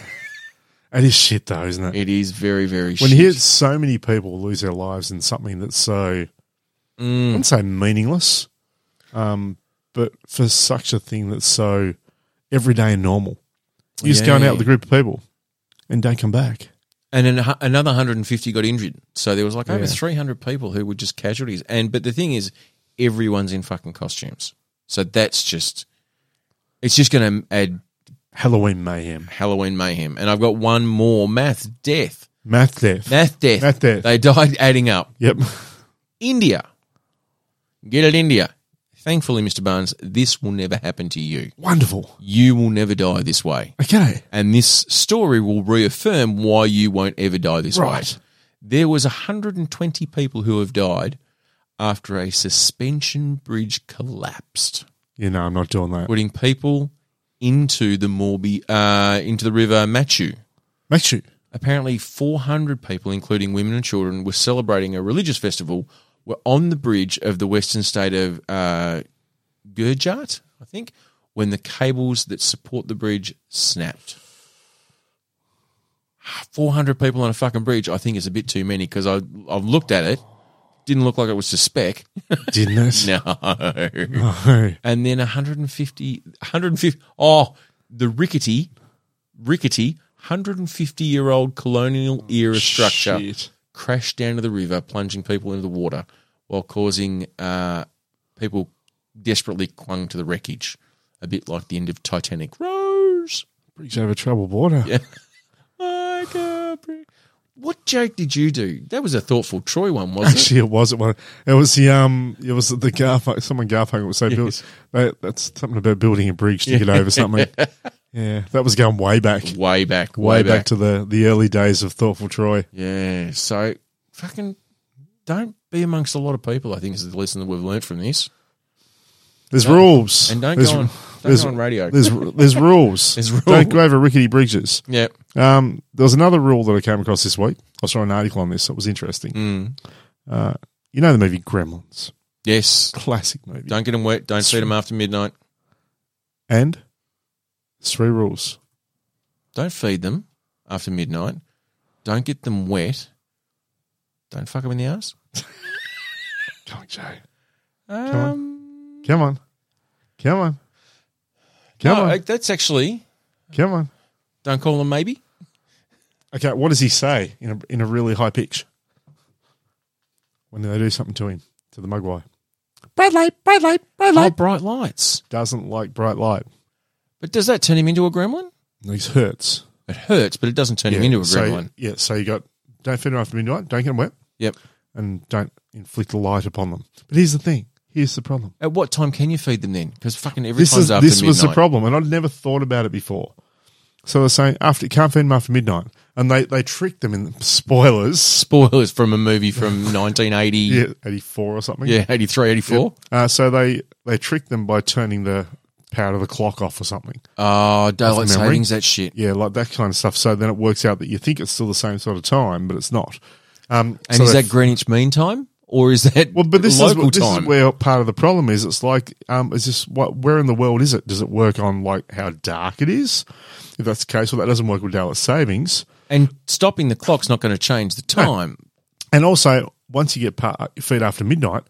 Speaker 2: (laughs) it is shit though, isn't it?
Speaker 1: It is very, very
Speaker 2: when
Speaker 1: shit.
Speaker 2: you hear so many people lose their lives in something that's so, I wouldn't say meaningless, um, but for such a thing that's so everyday and normal. You're just going
Speaker 1: Yeah.
Speaker 2: out with a group of people and don't come back.
Speaker 1: and then hu- another 150 got injured. So there was like over
Speaker 2: Yeah.
Speaker 1: 300 people who were just casualties. And but the thing is, everyone's in fucking costumes. So that's just, it's just going to add
Speaker 2: Halloween mayhem,
Speaker 1: Halloween mayhem. And I've got one more math death.
Speaker 2: math death.
Speaker 1: Math death.
Speaker 2: Math death.
Speaker 1: They died adding up.
Speaker 2: yep. (laughs)
Speaker 1: India. Get it, India. Thankfully, Mr. Barnes, this will never happen to you.
Speaker 2: Wonderful.
Speaker 1: You will never die this way.
Speaker 2: Okay.
Speaker 1: And this story will reaffirm why you won't ever die this
Speaker 2: Right.
Speaker 1: way. There was 120 people who have died after a suspension bridge collapsed,
Speaker 2: You know, I'm not doing that.
Speaker 1: putting people into the Morbi, uh, into the river Machu.
Speaker 2: Make sure.
Speaker 1: Apparently, 400 people, including women and children, were celebrating a religious festival. Were on the bridge of the western state of uh, Gurjat, I think, when the cables that support the bridge snapped. 400 people on a fucking bridge, I think, is a bit too many because I've looked at it. Didn't look like it was to spec. (laughs)
Speaker 2: Didn't it?
Speaker 1: No.
Speaker 2: No.
Speaker 1: and then 150, 150 oh the rickety rickety 150 year old colonial era structure
Speaker 2: Shit.
Speaker 1: crashed down to the river plunging people into the water while causing uh, people desperately clung to the wreckage a bit like the end of titanic rose
Speaker 2: Bridge over troubled water.
Speaker 1: Yeah. like a bri- what joke did you do that was a thoughtful troy one wasn't it
Speaker 2: (laughs) Actually, it was. It was. It was the um. It was the Garfunkel. Someone Garfunkel would say,
Speaker 1: Yes.
Speaker 2: "Build." That, that's something about building a bridge to get
Speaker 1: (laughs)
Speaker 2: over something." Yeah, that was going way back,
Speaker 1: way
Speaker 2: way,
Speaker 1: back
Speaker 2: back. to the the early days of Thoughtful Troy.
Speaker 1: Yeah. So fucking don't be amongst a lot of people, I think is the lesson that we've learned from this.
Speaker 2: There's rules,
Speaker 1: And don't
Speaker 2: there's,
Speaker 1: go on don't
Speaker 2: there's-
Speaker 1: go on radio. (laughs)
Speaker 2: There's there's rules.
Speaker 1: There's rules.
Speaker 2: Don't go over rickety bridges.
Speaker 1: yeah.
Speaker 2: Um, there was another rule that I came across this week. I saw an article on this that was interesting.
Speaker 1: Mm.
Speaker 2: You know the movie Gremlins,
Speaker 1: Yes.
Speaker 2: classic movie,
Speaker 1: Don't get them wet. Don't feed them after midnight.
Speaker 2: and there's three rules.
Speaker 1: Don't feed them after midnight. Don't get them wet. Don't fuck them in the ass.
Speaker 2: Come on, Jay. on.
Speaker 1: Um,
Speaker 2: Come on, come on, come
Speaker 1: no, uh,
Speaker 2: on.
Speaker 1: that's actually
Speaker 2: Come on.
Speaker 1: don't call them maybe.
Speaker 2: Okay, what does he say in a, in a really high pitch when they do something to him, to the mugwai? Bright light, bright light, bright
Speaker 1: Oh, bright lights.
Speaker 2: Doesn't like bright light.
Speaker 1: But does that turn him into a gremlin?
Speaker 2: These hurts.
Speaker 1: It hurts, but it doesn't turn him into a gremlin.
Speaker 2: So, yeah, so you got don't feed them after midnight, don't get them wet,
Speaker 1: yep.
Speaker 2: and don't inflict a light upon them. But here's the thing. Here's the problem.
Speaker 1: At what time can you feed them then? Because fucking every
Speaker 2: This
Speaker 1: time's
Speaker 2: is
Speaker 1: after
Speaker 2: this
Speaker 1: midnight.
Speaker 2: was the problem, and I'd never thought about it before. So they're saying after can't feed them after midnight, and they they tricked them in spoilers.
Speaker 1: spoilers from a movie from
Speaker 2: (laughs)
Speaker 1: 1980, yeah,
Speaker 2: Yeah, eighty four or something.
Speaker 1: 83, 84.
Speaker 2: Uh, so they they tricked them by turning the power of the clock off or something.
Speaker 1: Oh, daylight
Speaker 2: Off memory.
Speaker 1: savings, that shit.
Speaker 2: Yeah, like that kind of stuff. So then it works out that you think it's still the same sort of time, but it's not. Um,
Speaker 1: And
Speaker 2: so
Speaker 1: is
Speaker 2: they-
Speaker 1: that Greenwich Mean Time or is that
Speaker 2: well, but this is
Speaker 1: local
Speaker 2: what- this
Speaker 1: time?
Speaker 2: is where part of the problem is. It's like, um, is this what? Where in the world is it? Does it work on like how dark it is? If that's the case, well, that doesn't work with daylight savings.
Speaker 1: and stopping the clock's not going to change the time.
Speaker 2: And also, once you get pa- feed after midnight,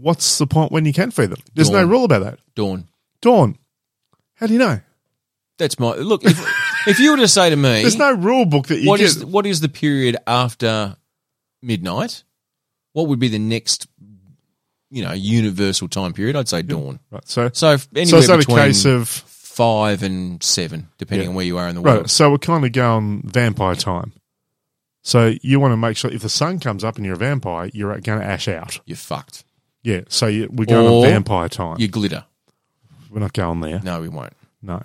Speaker 2: what's the point when you can feed them? There's no
Speaker 1: Hmm. Dawn.
Speaker 2: rule about that.
Speaker 1: Dawn.
Speaker 2: Dawn. How do you know?
Speaker 1: That's my look. If, if you were to say to me,
Speaker 2: There's no rule book that you
Speaker 1: what
Speaker 2: get.
Speaker 1: is what is the period after midnight? What would be the next, you know, universal time period? I'd say dawn.
Speaker 2: right. So
Speaker 1: So if
Speaker 2: So
Speaker 1: anywhere
Speaker 2: is that a
Speaker 1: between
Speaker 2: case of
Speaker 1: five and seven, depending on where you are in the world.
Speaker 2: right? So we're kind of going vampire time. So you want to make sure if the sun comes up and you're a vampire, you're going to ash out.
Speaker 1: You're fucked.
Speaker 2: Yeah. So you, we're going
Speaker 1: Or-
Speaker 2: to vampire time.
Speaker 1: You glitter.
Speaker 2: we're not going there.
Speaker 1: No, we won't.
Speaker 2: No.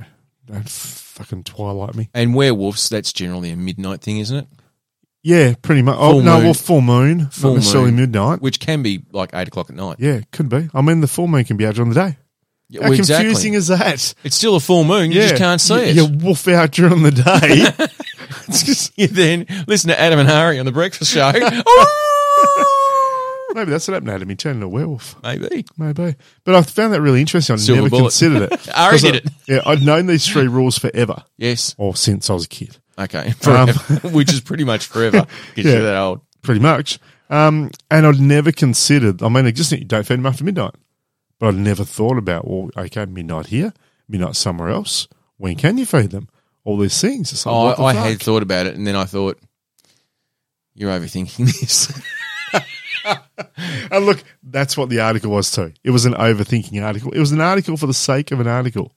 Speaker 2: Don't fucking twilight me.
Speaker 1: And werewolves, that's generally a midnight thing, isn't it?
Speaker 2: Yeah, pretty much. Oh,
Speaker 1: Full
Speaker 2: no,
Speaker 1: moon.
Speaker 2: well, full moon,
Speaker 1: Full
Speaker 2: not necessarily
Speaker 1: moon.
Speaker 2: midnight.
Speaker 1: which can be like eight o'clock at night.
Speaker 2: Yeah, could be. I mean, the full moon can be out during the day.
Speaker 1: Yeah,
Speaker 2: How
Speaker 1: well,
Speaker 2: confusing is that?
Speaker 1: It's still a full moon. You just can't see
Speaker 2: you,
Speaker 1: it. (laughs)
Speaker 2: You wolf out during the day. it's just,
Speaker 1: You then listen to Adam and Harry on the breakfast
Speaker 2: (laughs)
Speaker 1: show. Oh,
Speaker 2: maybe that's what happened to me, turning a werewolf.
Speaker 1: Maybe.
Speaker 2: Maybe. But I found that really interesting. I
Speaker 1: Silver
Speaker 2: never
Speaker 1: bullet.
Speaker 2: considered
Speaker 1: (laughs)
Speaker 2: it.
Speaker 1: Ari
Speaker 2: 'Cause
Speaker 1: did
Speaker 2: I-
Speaker 1: it.
Speaker 2: Yeah, I'd known these three rules forever,
Speaker 1: Yes.
Speaker 2: or since I was a kid,
Speaker 1: Okay. (laughs) Forever. Which is pretty much forever.
Speaker 2: (laughs)
Speaker 1: 'Cause
Speaker 2: Um, Yeah.
Speaker 1: you're that old.
Speaker 2: pretty much. Um, and I'd never considered, I mean, I just think you don't feed them after midnight. But I'd never thought about, well, okay, midnight here, midnight somewhere else. When can you feed them? All these things. It's like,
Speaker 1: I,
Speaker 2: what the
Speaker 1: Oh, I
Speaker 2: fuck?
Speaker 1: had thought about it, and then I thought, "You're overthinking (laughs) this."
Speaker 2: And look, that's what the article was too. It was an overthinking article. It was an article for the sake of an article,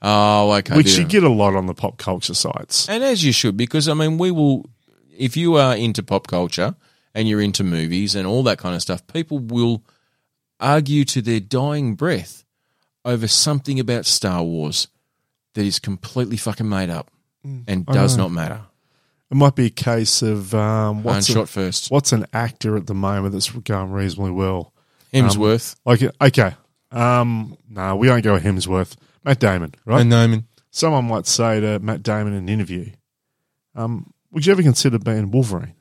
Speaker 1: oh, okay.
Speaker 2: which
Speaker 1: dear.
Speaker 2: you get a lot on the pop culture sites.
Speaker 1: and as you should, because I mean, we will. If you are into pop culture and you're into movies and all that kind of stuff, people will argue to their dying breath over something about Star Wars that is completely fucking made up
Speaker 2: Mm.
Speaker 1: and does not matter.
Speaker 2: It might be a case of um,
Speaker 1: One
Speaker 2: what's a-
Speaker 1: shot first,
Speaker 2: what's an actor at the moment that's going reasonably well?
Speaker 1: Hemsworth
Speaker 2: Like, okay, um, no, we don't go Hemsworth, Matt Damon, um, right?
Speaker 1: and Noman.
Speaker 2: Someone might say to Matt Damon in an interview, um, "Would you ever consider being Wolverine?"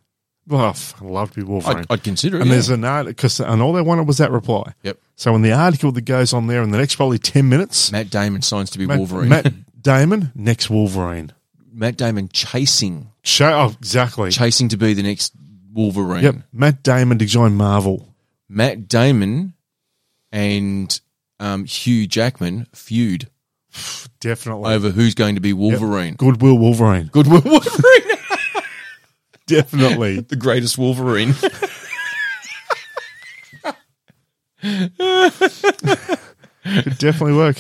Speaker 2: Well, I f- I'd love to be Wolverine.
Speaker 1: I'd, I'd consider it.
Speaker 2: and
Speaker 1: yeah.
Speaker 2: there's an article, cause, and all they wanted was that reply.
Speaker 1: Yep.
Speaker 2: So in the article that goes on there in the next probably ten minutes,
Speaker 1: Matt Damon signs to be
Speaker 2: Matt,
Speaker 1: Wolverine. Matt,
Speaker 2: Matt Damon next Wolverine.
Speaker 1: Damon chasing,
Speaker 2: Show oh, exactly.
Speaker 1: chasing to be the next Wolverine.
Speaker 2: Yep, Matt Damon to join Marvel.
Speaker 1: Matt Damon and um, Hugh Jackman feud
Speaker 2: Definitely.
Speaker 1: over who's going to be Wolverine.
Speaker 2: Goodwill Wolverine.
Speaker 1: Goodwill Wolverine, (laughs)
Speaker 2: Definitely.
Speaker 1: the greatest Wolverine. (laughs)
Speaker 2: Could definitely work.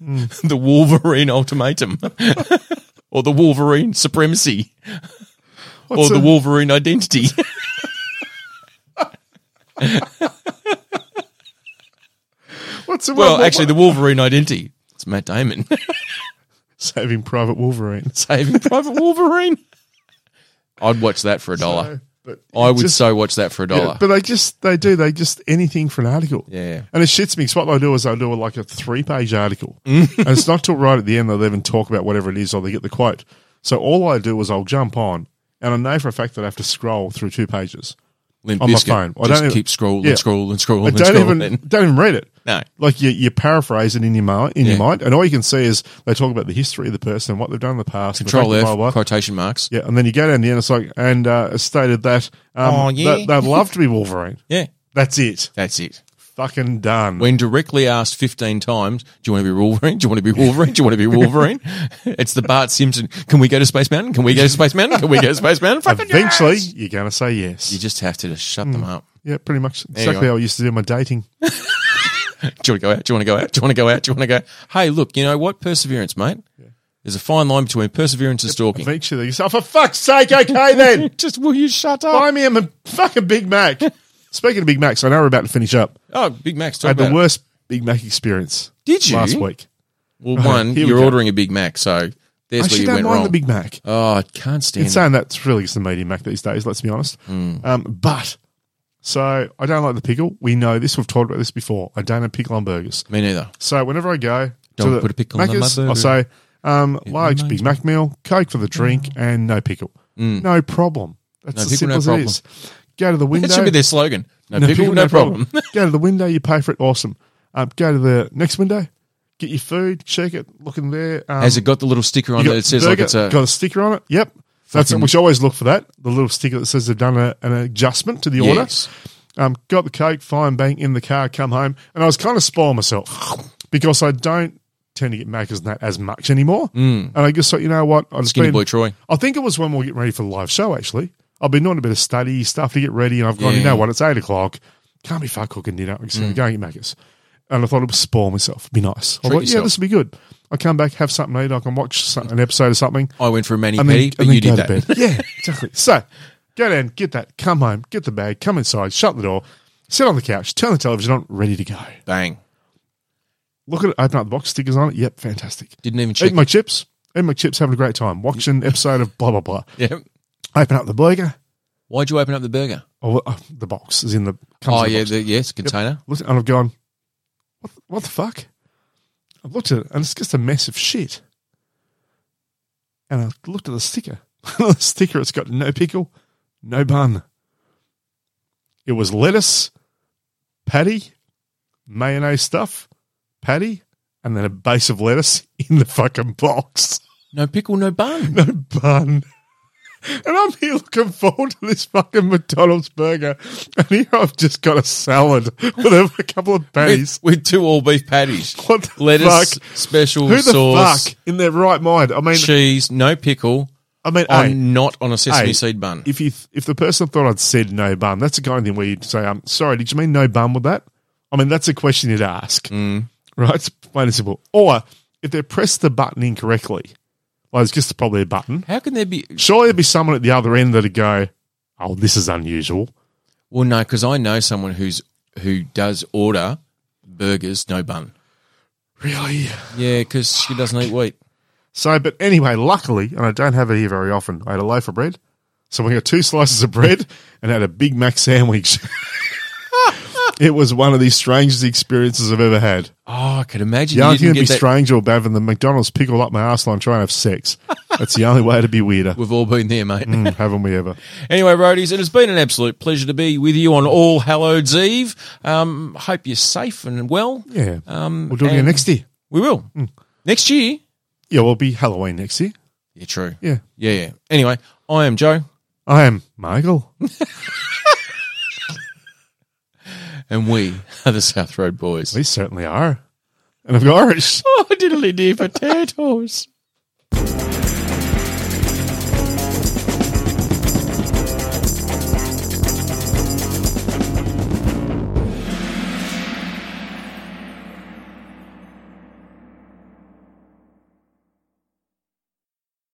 Speaker 1: the Wolverine Ultimatum. (laughs) or the Wolverine Supremacy.
Speaker 2: What's
Speaker 1: or
Speaker 2: a-
Speaker 1: the Wolverine
Speaker 2: (laughs)
Speaker 1: Identity.
Speaker 2: What's the
Speaker 1: well, actually, the Wolverine Identity. It's Matt Damon
Speaker 2: (laughs)
Speaker 1: (laughs)
Speaker 2: Saving Private Wolverine.
Speaker 1: saving Private Wolverine. I'd watch that for a dollar.
Speaker 2: But
Speaker 1: I would
Speaker 2: just-
Speaker 1: so watch that for a dollar.
Speaker 2: yeah, but they just they do they just anything for an article.
Speaker 1: Oh. Yeah.
Speaker 2: And it shits me. 'cause what they do is they do like a three
Speaker 1: (laughs)
Speaker 2: page article, and
Speaker 1: Mm.
Speaker 2: it's not till right at the end that they even talk about whatever it is or they get the quote. So all I do is I'll jump on, and I know for a fact that I have to scroll through two pages.
Speaker 1: Limp
Speaker 2: on my
Speaker 1: Bizkit.
Speaker 2: phone. I
Speaker 1: Just
Speaker 2: don't even-
Speaker 1: keep scrolling,
Speaker 2: Yeah.
Speaker 1: scrolling, scrolling,
Speaker 2: I don't
Speaker 1: scrolling.
Speaker 2: even don't even read it.
Speaker 1: No.
Speaker 2: Like you, you paraphrase it in your mind, in
Speaker 1: Yeah.
Speaker 2: your mind, and all you can see is they talk about the history of the person, what they've done in the past, the
Speaker 1: Control
Speaker 2: fact
Speaker 1: F,
Speaker 2: that blah, blah, blah.
Speaker 1: quotation marks.
Speaker 2: Yeah, and then you go down the end. It's like, and uh, it's stated that um,
Speaker 1: Oh, yeah.
Speaker 2: that they'd love to be Wolverine.
Speaker 1: Yeah,
Speaker 2: That's it.
Speaker 1: that's it.
Speaker 2: Fucking done.
Speaker 1: When directly asked 15 times, do you want to be Wolverine? Do you want to be Wolverine? Do you want to be Wolverine? (laughs) it's the Bart Simpson. Can we go to Space Mountain? Can we go to Space Mountain? Can we go to Space Mountain? Fucking
Speaker 2: (laughs) Eventually,
Speaker 1: yes!
Speaker 2: you're going to say
Speaker 1: You
Speaker 2: yes.
Speaker 1: just have to just shut them up.
Speaker 2: Yeah, pretty much
Speaker 1: you
Speaker 2: exactly
Speaker 1: go.
Speaker 2: how I used to do my dating.
Speaker 1: Do you want to go out? Do you want to go out? Do you want to go out? Do you want to go? Hey, look, you know what? Perseverance, mate. There's a fine line between perseverance and stalking.
Speaker 2: Eventually, you say, oh, for fuck's sake, okay
Speaker 1: (laughs)
Speaker 2: then.
Speaker 1: Just will you shut up?
Speaker 2: Buy me a m- fucking Big Mac. Speaking of Big Macs, I know we're about to finish up.
Speaker 1: Oh, Big Mac's talk
Speaker 2: I had the
Speaker 1: about it.
Speaker 2: worst Big Mac experience
Speaker 1: Did you?
Speaker 2: last week.
Speaker 1: Well, one,
Speaker 2: here we
Speaker 1: you're
Speaker 2: go.
Speaker 1: ordering a Big Mac, so there's
Speaker 2: I
Speaker 1: where
Speaker 2: actually
Speaker 1: you
Speaker 2: don't
Speaker 1: went
Speaker 2: mind
Speaker 1: wrong.
Speaker 2: the Big Mac.
Speaker 1: oh, I can't stand
Speaker 2: It's
Speaker 1: it.
Speaker 2: saying that's really just the medium Mac these days, let's be honest.
Speaker 1: Mm.
Speaker 2: Um, but, so I don't like the pickle. We know this. We've talked about this before. I don't have pickle on burgers.
Speaker 1: Me neither.
Speaker 2: So whenever I go
Speaker 1: Don't
Speaker 2: to the
Speaker 1: put a pickle on my
Speaker 2: Macca's,
Speaker 1: burger.
Speaker 2: I'll say um, large Big
Speaker 1: reminds
Speaker 2: Mac meal, Coke for the drink, and no pickle. No problem. That's
Speaker 1: Mm. No
Speaker 2: as
Speaker 1: pickle,
Speaker 2: simple
Speaker 1: no
Speaker 2: as
Speaker 1: problem.
Speaker 2: it is. Go to the
Speaker 1: (laughs)
Speaker 2: window.
Speaker 1: That should be their slogan. No, pickle, no, problem. (laughs)
Speaker 2: go to the window. You pay for it. Awesome. Um, go to the next window. Get your food. Check it. Look in there. Um,
Speaker 1: Has it got the little sticker on
Speaker 2: you
Speaker 1: it
Speaker 2: got
Speaker 1: that says
Speaker 2: burger,
Speaker 1: like it's a
Speaker 2: got a sticker on it. Yep. That's it,
Speaker 1: Fucking-
Speaker 2: which I always look for that the little sticker that says they've done a, an adjustment to the order.
Speaker 1: Yes.
Speaker 2: Um, got the coke, fine, bang, in the car, come home. And I was kind of spoiling myself because I don't tend to get Maccas and that as much anymore. Mm. And I just thought, you know what? I've
Speaker 1: Hmm. Skinny
Speaker 2: been,
Speaker 1: Boy Troy?
Speaker 2: I think it was when we were getting ready for the live show, actually. I've been doing a bit of study stuff to get ready. And I've gone, you
Speaker 1: Yeah. Mm.
Speaker 2: know what? It's eight o'clock. Can't be far cooking dinner. I'm just going to go and get Maccas. And I thought it would spoil myself. Be nice. I
Speaker 1: Treat
Speaker 2: thought, yeah,
Speaker 1: yourself.
Speaker 2: this would be good. I come back, have something to eat. I can watch some, an episode or something
Speaker 1: I went for a mani pedi, but
Speaker 2: and
Speaker 1: you did that. (laughs)
Speaker 2: bed. Yeah, exactly. So go down, get that, come home, get the bag, come inside, shut the door, sit on the couch, turn the television on, ready to go.
Speaker 1: Bang.
Speaker 2: Look at it, open up the box, stickers on it. Yep, fantastic.
Speaker 1: Didn't even
Speaker 2: Eat
Speaker 1: check.
Speaker 2: my chips, eat my chips, having a great time, watching an episode of blah, blah, blah.
Speaker 1: yeah.
Speaker 2: Open up the burger,
Speaker 1: Why'd you open up the burger?
Speaker 2: Oh, uh, the box is in the. Comes
Speaker 1: Oh
Speaker 2: in the
Speaker 1: yeah,
Speaker 2: box.
Speaker 1: the, yes, container.
Speaker 2: Looked- and I've gone. What, the- what the fuck? I've looked at it, and it's just a mess of shit. And I looked at the sticker. (laughs) the sticker, it's got no pickle, no bun. It was lettuce, patty, mayonnaise stuff, patty, and then a base of lettuce (laughs) in the fucking box.
Speaker 1: No pickle, no (laughs) bun.
Speaker 2: no bun. And I'm here looking forward to this fucking McDonald's burger. And here I've just got a salad with a, a couple of patties.
Speaker 1: With, with two all beef patties,
Speaker 2: What the
Speaker 1: lettuce,
Speaker 2: fuck?
Speaker 1: special
Speaker 2: Who the
Speaker 1: sauce,
Speaker 2: fuck in their right mind? I mean,
Speaker 1: cheese, no pickle.
Speaker 2: I mean, hey,
Speaker 1: I'm not on a sesame
Speaker 2: hey,
Speaker 1: seed bun.
Speaker 2: if you if the person thought I'd said no bun, that's the kind of thing where you'd say, um, sorry, did you mean no bun with that? I mean, that's a question you'd ask,
Speaker 1: Mm.
Speaker 2: right? It's plain and simple. Or if they pressed the button incorrectly, like it's just probably a button.
Speaker 1: How can there be?
Speaker 2: Surely there'd be someone at the other end that'd go, "Oh, this is unusual."
Speaker 1: Well, no, because I know someone who's who does order burgers, no bun.
Speaker 2: Really?
Speaker 1: Yeah, because she doesn't eat wheat.
Speaker 2: So, but anyway, luckily, and I don't have it here very often, I had a loaf of bread. So we got two slices of bread and had a Big Mac sandwich. (laughs) it was one of the strangest experiences I've ever had.
Speaker 1: Oh, I could imagine.
Speaker 2: The
Speaker 1: you
Speaker 2: only thing
Speaker 1: didn't
Speaker 2: that'd be
Speaker 1: get that.
Speaker 2: strange or bad than the McDonald's pickle up my arsehole and try and have sex. That's the only way to
Speaker 1: (laughs)
Speaker 2: be weirder.
Speaker 1: We've all been there, mate.
Speaker 2: Mm, haven't we ever?
Speaker 1: Anyway, roadies, it has been an absolute pleasure to be with you on All Hallows Eve. Um, hope you're safe and well.
Speaker 2: Yeah.
Speaker 1: Um,
Speaker 2: we'll do it again
Speaker 1: and
Speaker 2: next year.
Speaker 1: We will next year.
Speaker 2: Yeah, we'll be Halloween next year.
Speaker 1: Yeah, true.
Speaker 2: Yeah.
Speaker 1: Yeah, yeah. Anyway, I am Joe,
Speaker 2: I am
Speaker 1: (laughs)
Speaker 2: Michael.
Speaker 1: and we (laughs) are the (laughs) South Road Boys.
Speaker 2: We certainly are. And I've got Irish.
Speaker 1: Oh, diddly dee potatoes.